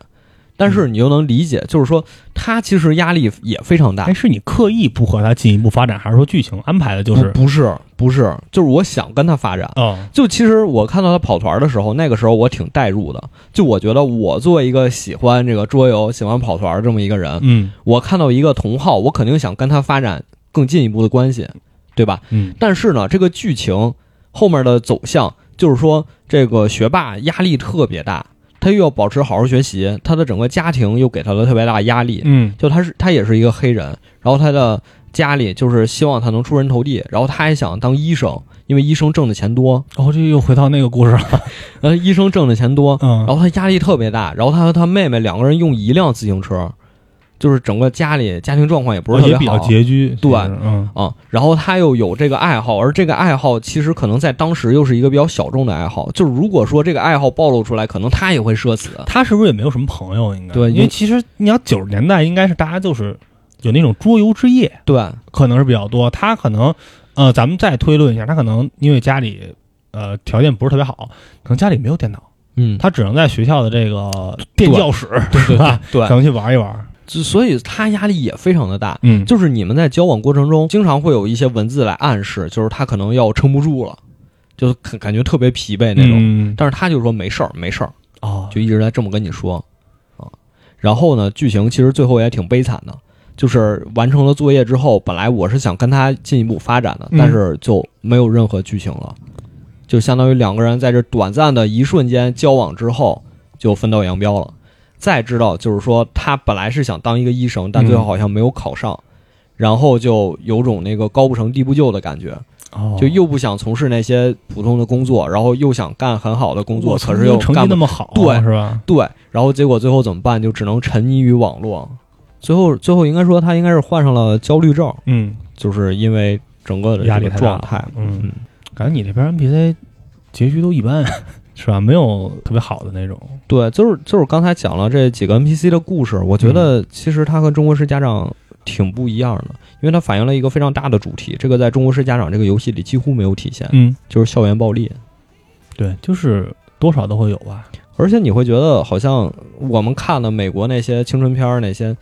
但是你又能理解，就是说他其实压力也非常大
哎，，是你刻意不和他进一步发展，还是说剧情安排的就是
不不是不是，就是我想跟他发展，
哦，
就其实我看到他跑团的时候，那个时候我挺代入的。就我觉得我作为一个喜欢这个桌游、喜欢跑团这么一个人，
嗯
我看到一个同好，我肯定想跟他发展更进一步的关系，对吧？
嗯
但是呢，这个剧情后面的走向就是说，这个学霸压力特别大，他又要保持好好学习，他的整个家庭又给他了特别大的压力。
嗯
就他是他也是一个黑人，然后他的家里就是希望他能出人头地，然后他还想当医生，因为医生挣的钱多。
哦，这又回到那个故事 了。
呃，医生挣的钱多，
嗯，
然后他压力特别大，然后他和他妹妹两个人用一辆自行车，就是整个家里家庭状况也不是特
啊哦
别
也比较
好。
拮据。
对
其实嗯
啊、然后他又有这个爱好，而这个爱好其实可能在当时又是一个比较小众的爱好，就是如果说这个爱好暴露出来，可能他也会社死。
他是不是也没有什么朋友？应该
对
因为其实你要九十年代，应该是大家就是有那种桌游之夜，
对，
可能是比较多。他可能呃，咱们再推论一下，他可能因为家里呃条件不是特别好，可能家里没有电脑，
嗯，
他只能在学校的这个电教室
对
是吧？可
对，
能去玩一玩。
就所以他压力也非常的大。
嗯
就是你们在交往过程中，经常会有一些文字来暗示，就是他可能要撑不住了，就是感感觉特别疲惫那种。
嗯
但是他就说没事儿，没事儿。
哦，
就一直在这么跟你说啊。然后呢，剧情其实最后也挺悲惨的，就是完成了作业之后，本来我是想跟他进一步发展的，
嗯
但是就没有任何剧情了，就相当于两个人在这短暂的一瞬间交往之后就分道扬镳了。再知道就是说，他本来是想当一个医生，但最后
嗯
好像没有考上，然后就有种那个高不成低不就的感觉，
哦
就又不想从事那些普通的工作，然后又想干很好的工作，
我
可
曾
是
经
又
成绩
干不
那么好，
对
是吧？
对，然后结果最后怎么办？就只能沉溺于网络。最后，最后应该说他应该是患上了焦虑症，
嗯
就是因为整个的
压力
这个
太大
状
了
态。
嗯，感觉你这边 NPC 结局都一般，是吧？没有特别好的那种。
对，就是就是刚才讲了这几个 NPC 的故事，我觉
嗯
得其实他和中国式家长挺不一样的，因为它反映了一个非常大的主题，这个在中国式家长这个游戏里几乎没有体现，
嗯，
就是校园暴力。
对，就是多少都会有吧。
而且你会觉得，好像我们看的美国那些青春片儿那些，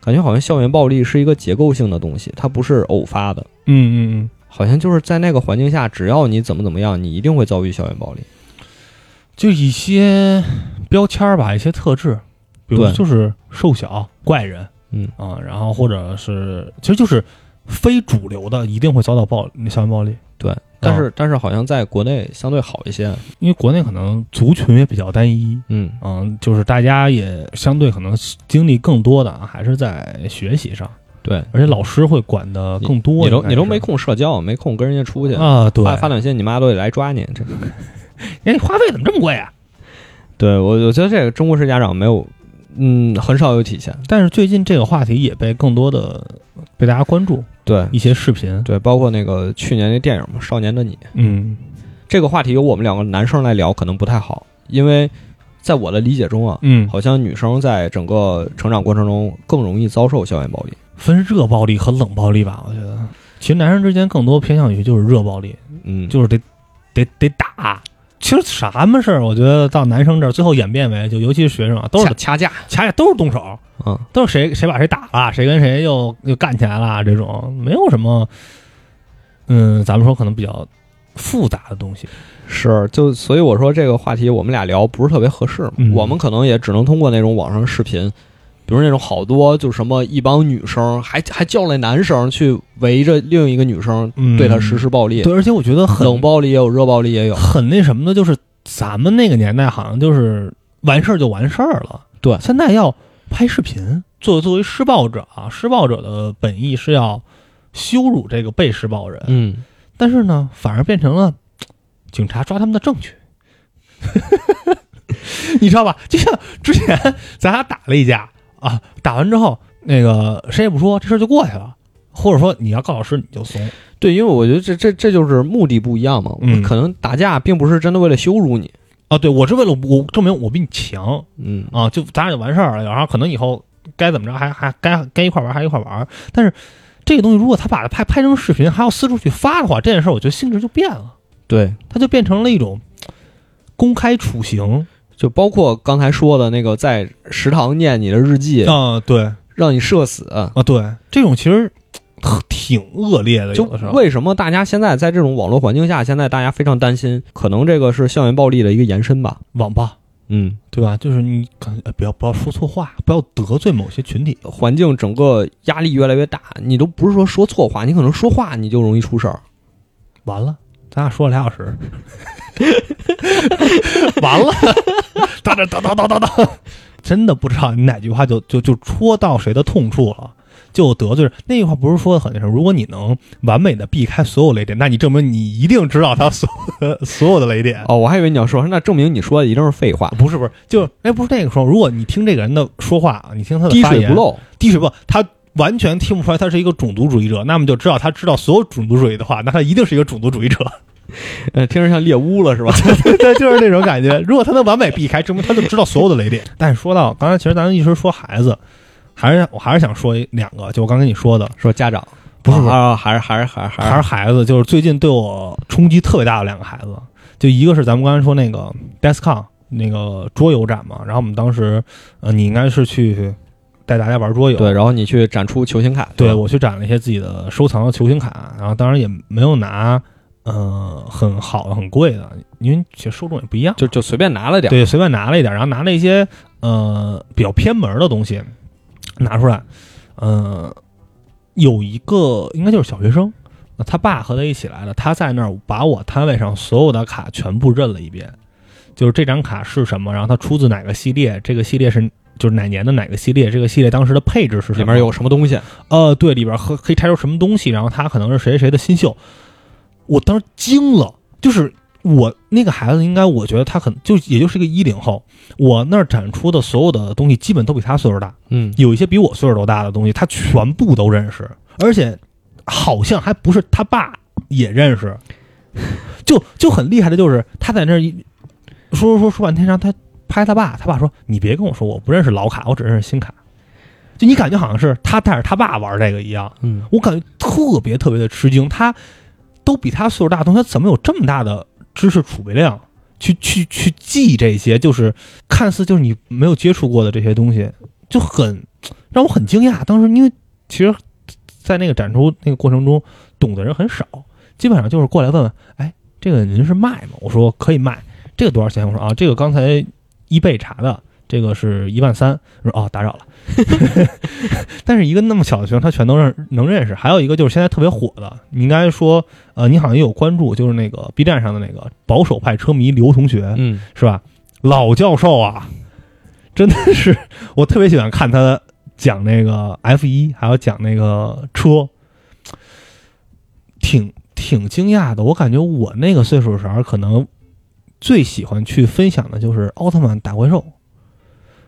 感觉好像校园暴力是一个结构性的东西，它不是偶发的。
嗯嗯嗯，
好像就是在那个环境下，只要你怎么怎么样，你一定会遭遇校园暴力。
就一些标签儿吧，一些特质，比如
对
就是瘦小、怪人，
嗯
啊，然后或者是其实就是非主流的一定会遭到暴校园暴力，
对，但是、但是好像在国内相对好一些。
因为国内可能族群也比较单一。
嗯，
嗯，就是大家也相对可能经历更多的啊，还是在学习上，
对，
而且老师会管的更多。
你都
应该
你都
是
没空社交，没空跟人家出去，
啊？对，
发发短信你妈都得来抓你。这，
哎，你话费怎么这么贵啊？
对我我觉得这个中国式家长没有，嗯，很少有体现。
但是最近这个话题也被更多的被大家关注，
对
一些视频，
对，包括那个去年那电影嘛，《少年的你》
嗯
这个话题，由我们两个男生来聊可能不太好，因为在我的理解中啊，
嗯，
好像女生在整个成长过程中更容易遭受校园暴力。
分热暴力和冷暴力吧，我觉得，其实男生之间更多偏向于就是热暴力，
嗯，
就是得得得打，其实什么事儿，我觉得到男生这儿最后演变为，就尤其是学生啊，都是
掐架，
掐架都是动手，
嗯，
都是谁谁把谁打了，谁跟谁又又干起来了，这种没有什么，嗯，咱们说可能比较复杂的东西，
是，就所以我说这个话题我们俩聊不是特别合适嘛，
嗯
我们可能也只能通过那种网上视频，比如那种好多就什么一帮女生还还叫那男生去围着另一个女生
嗯，
对她实施暴力，
对，而且我觉得很
冷暴力也有，热暴力也有，
很那什么的，就是咱们那个年代好像就是完事儿就完事儿了，
对
现在要拍视频，作作为施暴者啊，施暴者的本意是要羞辱这个被施暴人，
嗯，
但是呢，反而变成了警察抓他们的证据。 你知道吧？就像之前咱俩打了一架啊，打完之后，那个谁也不说，这事儿就过去了。或者说你要告老师，你就怂。
对，因为我觉得这这这就是目的不一样嘛，
嗯
可能打架并不是真的为了羞辱你，
啊，对我是为了我证明我比你强
嗯，
啊，就咱俩就完事儿了。然后可能以后该怎么着还还该该一块玩还一块玩，但是这个东西如果他把它拍拍成视频，还要私出去发的话，这件事儿我觉得性质就变了，
对，
它就变成了一种公开处刑
就包括刚才说的那个在食堂念你的日记，
啊，对。
让你社死，
啊，对，这种其实呃挺恶劣的，
就
有的时候。
为什么大家现在在这种网络环境下，现在大家非常担心，可能这个是校园暴力的一个延伸吧？
网吧，
嗯，
对吧？就是你可能、呃不要不要说错话，不要得罪某些群体。
环境整个压力越来越大，你都不是说说错话，你可能说话你就容易出事儿。
完了，咱俩说了俩小时，完了， 哒哒哒哒哒哒哒，真的不知道你哪句话就就就戳到谁的痛处了。就得罪人那句话不是说的很那什么，如果你能完美的避开所有雷点，那你证明你一定知道他所有的所有的雷点。
哦，我还以为你要说，那证明你说的一定是废话，
不是不是，就是哎，不是那个时候，如果你听这个人的说话，啊你听他的
滴
发
水
言，
不， 漏。
滴水不漏，他完全听不出来他是一个种族主义者，那么就知道他知道所有种族主义的话，那他一定是一个种族主义者，
呃，听着像猎巫了是吧？
对，就是那种感觉。如果他能完美避开，证明他就知道所有的雷点。但是说到刚才，其实咱们一直说孩子，还是我还是想说一两个，就我刚跟你说的，
说家长
不是不是
啊，还是还是还是
还是孩子，就是最近对我冲击特别大的两个孩子，就一个是咱们刚才说那个 Descon 那个桌游展嘛，然后我们当时，呃，你应该是去带大家玩桌游，
对，然后你去展出球星卡，
对，我去展了一些自己的收藏的球星卡，然后当然也没有拿，呃，很好的、很贵的，因为其实受众也不一样，
就就随便拿了点儿。
对，随便拿了一点，然后拿了一些呃比较偏门的东西拿出来，呃，有一个应该就是小学生，呃他爸和他一起来的，他在那儿把我摊位上所有的卡全部认了一遍，就是这张卡是什么，然后它出自哪个系列，这个系列是。就是哪年的哪个系列，这个系列当时的配置是什
里
么？
面有什么东西？
呃，对，里边可可以拆出什么东西，然后他可能是谁谁的新秀。我当时惊了，就是我那个孩子，应该我觉得他很就也就是个一零后，我那儿展出的所有的东西基本都比他岁数大，
嗯，
有一些比我岁数都大的东西，他全部都认识，而且好像还不是他爸也认识， 就就很厉害的就是他在那儿一说说说说半天，然后他拍他爸，他爸说你别跟我说我不认识老卡，我只认识新卡，就你感觉好像是他带着他爸玩这个一样，
嗯，
我感觉特别特别的吃惊，他都比他岁数大的东西，他怎么有这么大的知识储备量去去去记这些，就是看似就是你没有接触过的这些东西，就很让我很惊讶。当时因为其实，在那个展出那个过程中，懂的人很少，基本上就是过来问问，哎，这个您是卖吗？我说可以卖，这个多少钱？我说啊，这个刚才一贝查的。这个是一万三，我说哦，打扰了。 但是一个那么小的学生，他全都认能认识。还有一个就是现在特别火的，你应该说，呃，你好像也有关注，就是那个 B 站上的那个保守派车迷刘同学，
嗯，
是吧？老教授啊，真的是 我特别喜欢看他讲那个 F 一，还有讲那个车，挺挺惊讶的。我感觉我那个岁数的时候，可能最喜欢去分享的就是奥特曼打怪兽，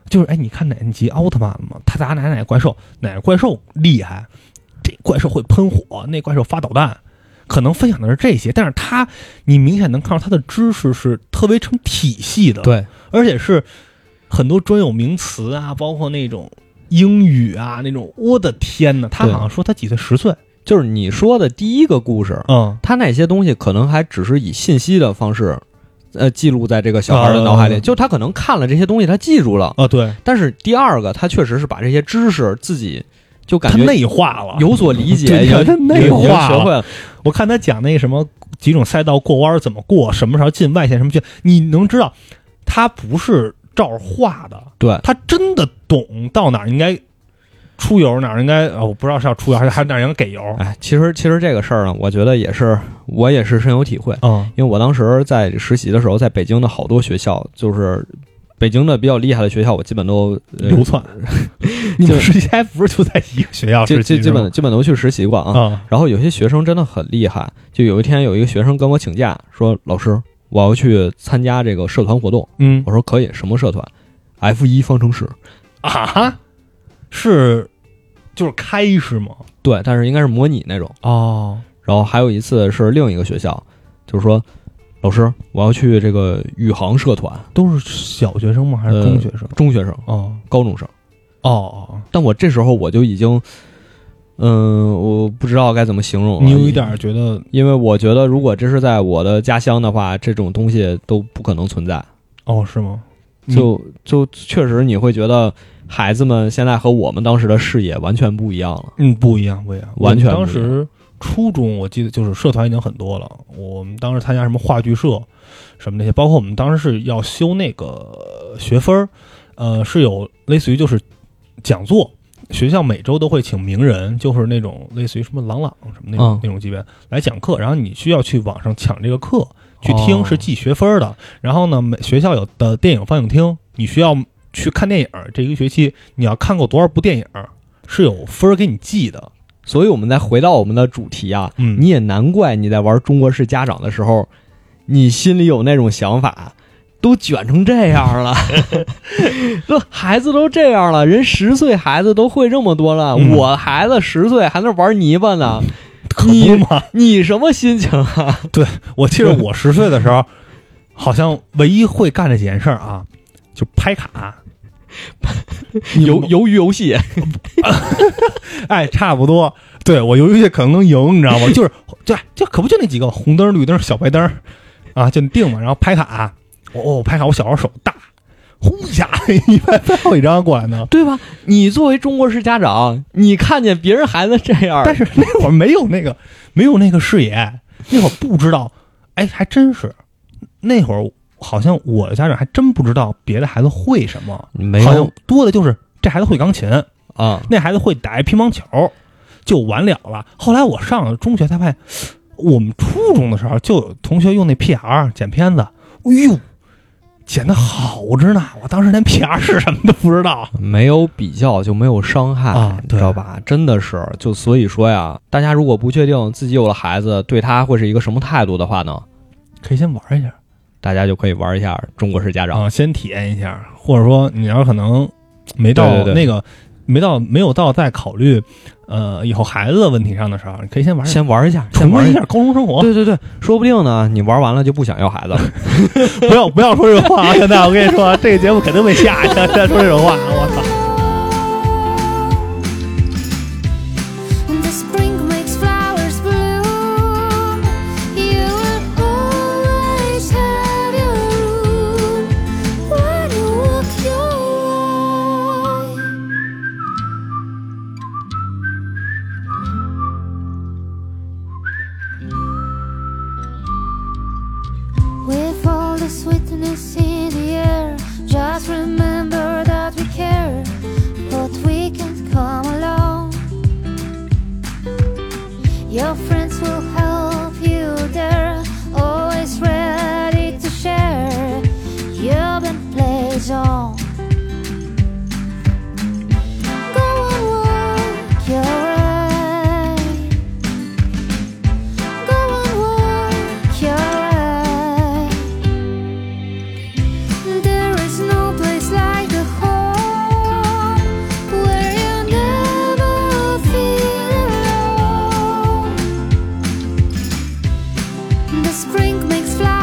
就是哎，你看哪一集奥特曼嘛，他打哪哪怪兽，哪个怪兽厉害，这怪兽会喷火，那怪兽发导弹。可能分享的是这些，但是他，你明显能看到他的知识是特别成体系的，
对，
而且是很多专有名词啊，包括那种英语啊，那种我的天呐，他
对
好像说他几岁，十岁，
就是你说的第一个故事，
嗯，
他那些东西可能还只是以信息的方式呃记录在这个小孩的脑海里，
啊
就他可能看了这些东西，他记住了。
啊，对，
但是第二个，他确实是把这些知识自己就感
他
觉
内化了。
有所理解，
对
已经
他内化
已经学
了
会了。
我看他讲那什么几种赛道过弯儿怎么过，什么时候进外线，什么进，你能知道他不是照着画的，
对
他真的懂到哪儿应该出油，哪儿应该啊、我不知道是要出油还是还是哪儿应该给油。
哎，其实其实这个事儿呢，我觉得也是我也是深有体会，
嗯
因为我当时在实习的时候，在北京的好多学校，就是北京的比较厉害的学校，我基本都呃
流窜，你们实习还不是就在一个学校
基
实习
基
是
基
吗
本基本都去实习过啊。
啊
然后有些学生真的很厉害，就有一天有一个学生跟我请假，说老师我要去参加这个社团活动，
嗯
我说可以，什么社团？F 一方程式，
啊是就是开是吗？
对，但是应该是模拟那种。
哦
然后还有一次是另一个学校，就是说老师我要去这个宇航社团，
都是小学生吗？还
呃
是中学生？
中学生、
哦
高中生。
哦哦，
但我这时候我就已经，嗯、我不知道该怎么形容了。
你有一点儿觉得
因为我觉得如果这是在我的家乡的话，这种东西都不可能存在。
哦是吗？
就就确实你会觉得孩子们现在和我们当时的视野完全不一样了。
嗯，不一样，不一样。
完全
我们当
不一样
时初中，我记得就是社团已经很多了。我们当时参加什么话剧社，什么那些，包括我们当时是要修那个呃学分儿，呃，是有类似于就是讲座，学校每周都会请名人，就是那种类似于什么郎朗什么那种、
嗯
那种级别来讲课，然后你需要去网上抢这个课去听，
哦
是记学分儿的。然后呢，每学校有的电影放映厅，你需要去看电影儿，这一个学期你要看过多少部电影儿是有分儿给你记的。
所以我们再回到我们的主题啊，
嗯
你也难怪你在玩中国式家长的时候，你心里有那种想法。都卷成这样 了，都孩子都这样了，人十岁孩子都会这么多了，
嗯
我孩子十岁还在玩泥巴呢，
可不嘛！
你什么心情啊？
我记得我十岁的时候，好像唯一会干这几件事儿啊，就拍卡。你
游
们
鱿鱼游戏，
哎，差不多。对我游戏可能能赢，你知道吗？就是对，就可不就那几个红灯、绿灯、小白灯儿啊，就定嘛。然后拍卡，我、哦我拍卡，我小时候手大，呼一下 一拍拍好几张过来呢。
对吧？你作为中国式家长，你看见别人孩子这样，
但是那会儿没有那个没有那个视野，那会儿不知道，哎，还真是，那会儿好像我的家长还真不知道别的孩子会什么，
没
好像多的就是这孩子会钢琴，
啊，
那孩子会打一乒乓球，就完了了。后来我上了中学才发现，我们初中的时候就有同学用那 PR 剪片子，哎呦，剪的好着呢，我当时连 PR 是什么都不知道。
没有比较就没有伤害，
啊
你
对
知道吧？真的是，就所以说呀，大家如果不确定自己有了孩子对他会是一个什么态度的话呢，
可以先玩一下
大家就可以玩一下中国式家长。
啊，先体验一下，或者说你要是可能没到
对对对
那个。没到没有到在考虑，呃，以后孩子的问题上的时候，你可以先玩一下，
先玩一下，先
重
玩
温一
一下
下。高中生活。
对对对，说不定呢，你玩完了就不想要孩子了。
不要不要说这种话啊！现在我跟你说，这个节目肯定被下去。现在说这种话，我操！
And the spring makes flowers bloom. You will always have your room when you walk your way. With all the sweetness in the air, just remember that we care, but we can come along. Your friends will help you there, always ready to share. You've been played on. Go and walk your way. Go and walk your way. There is no place like the home where you never feel alone. The spring makes flowers.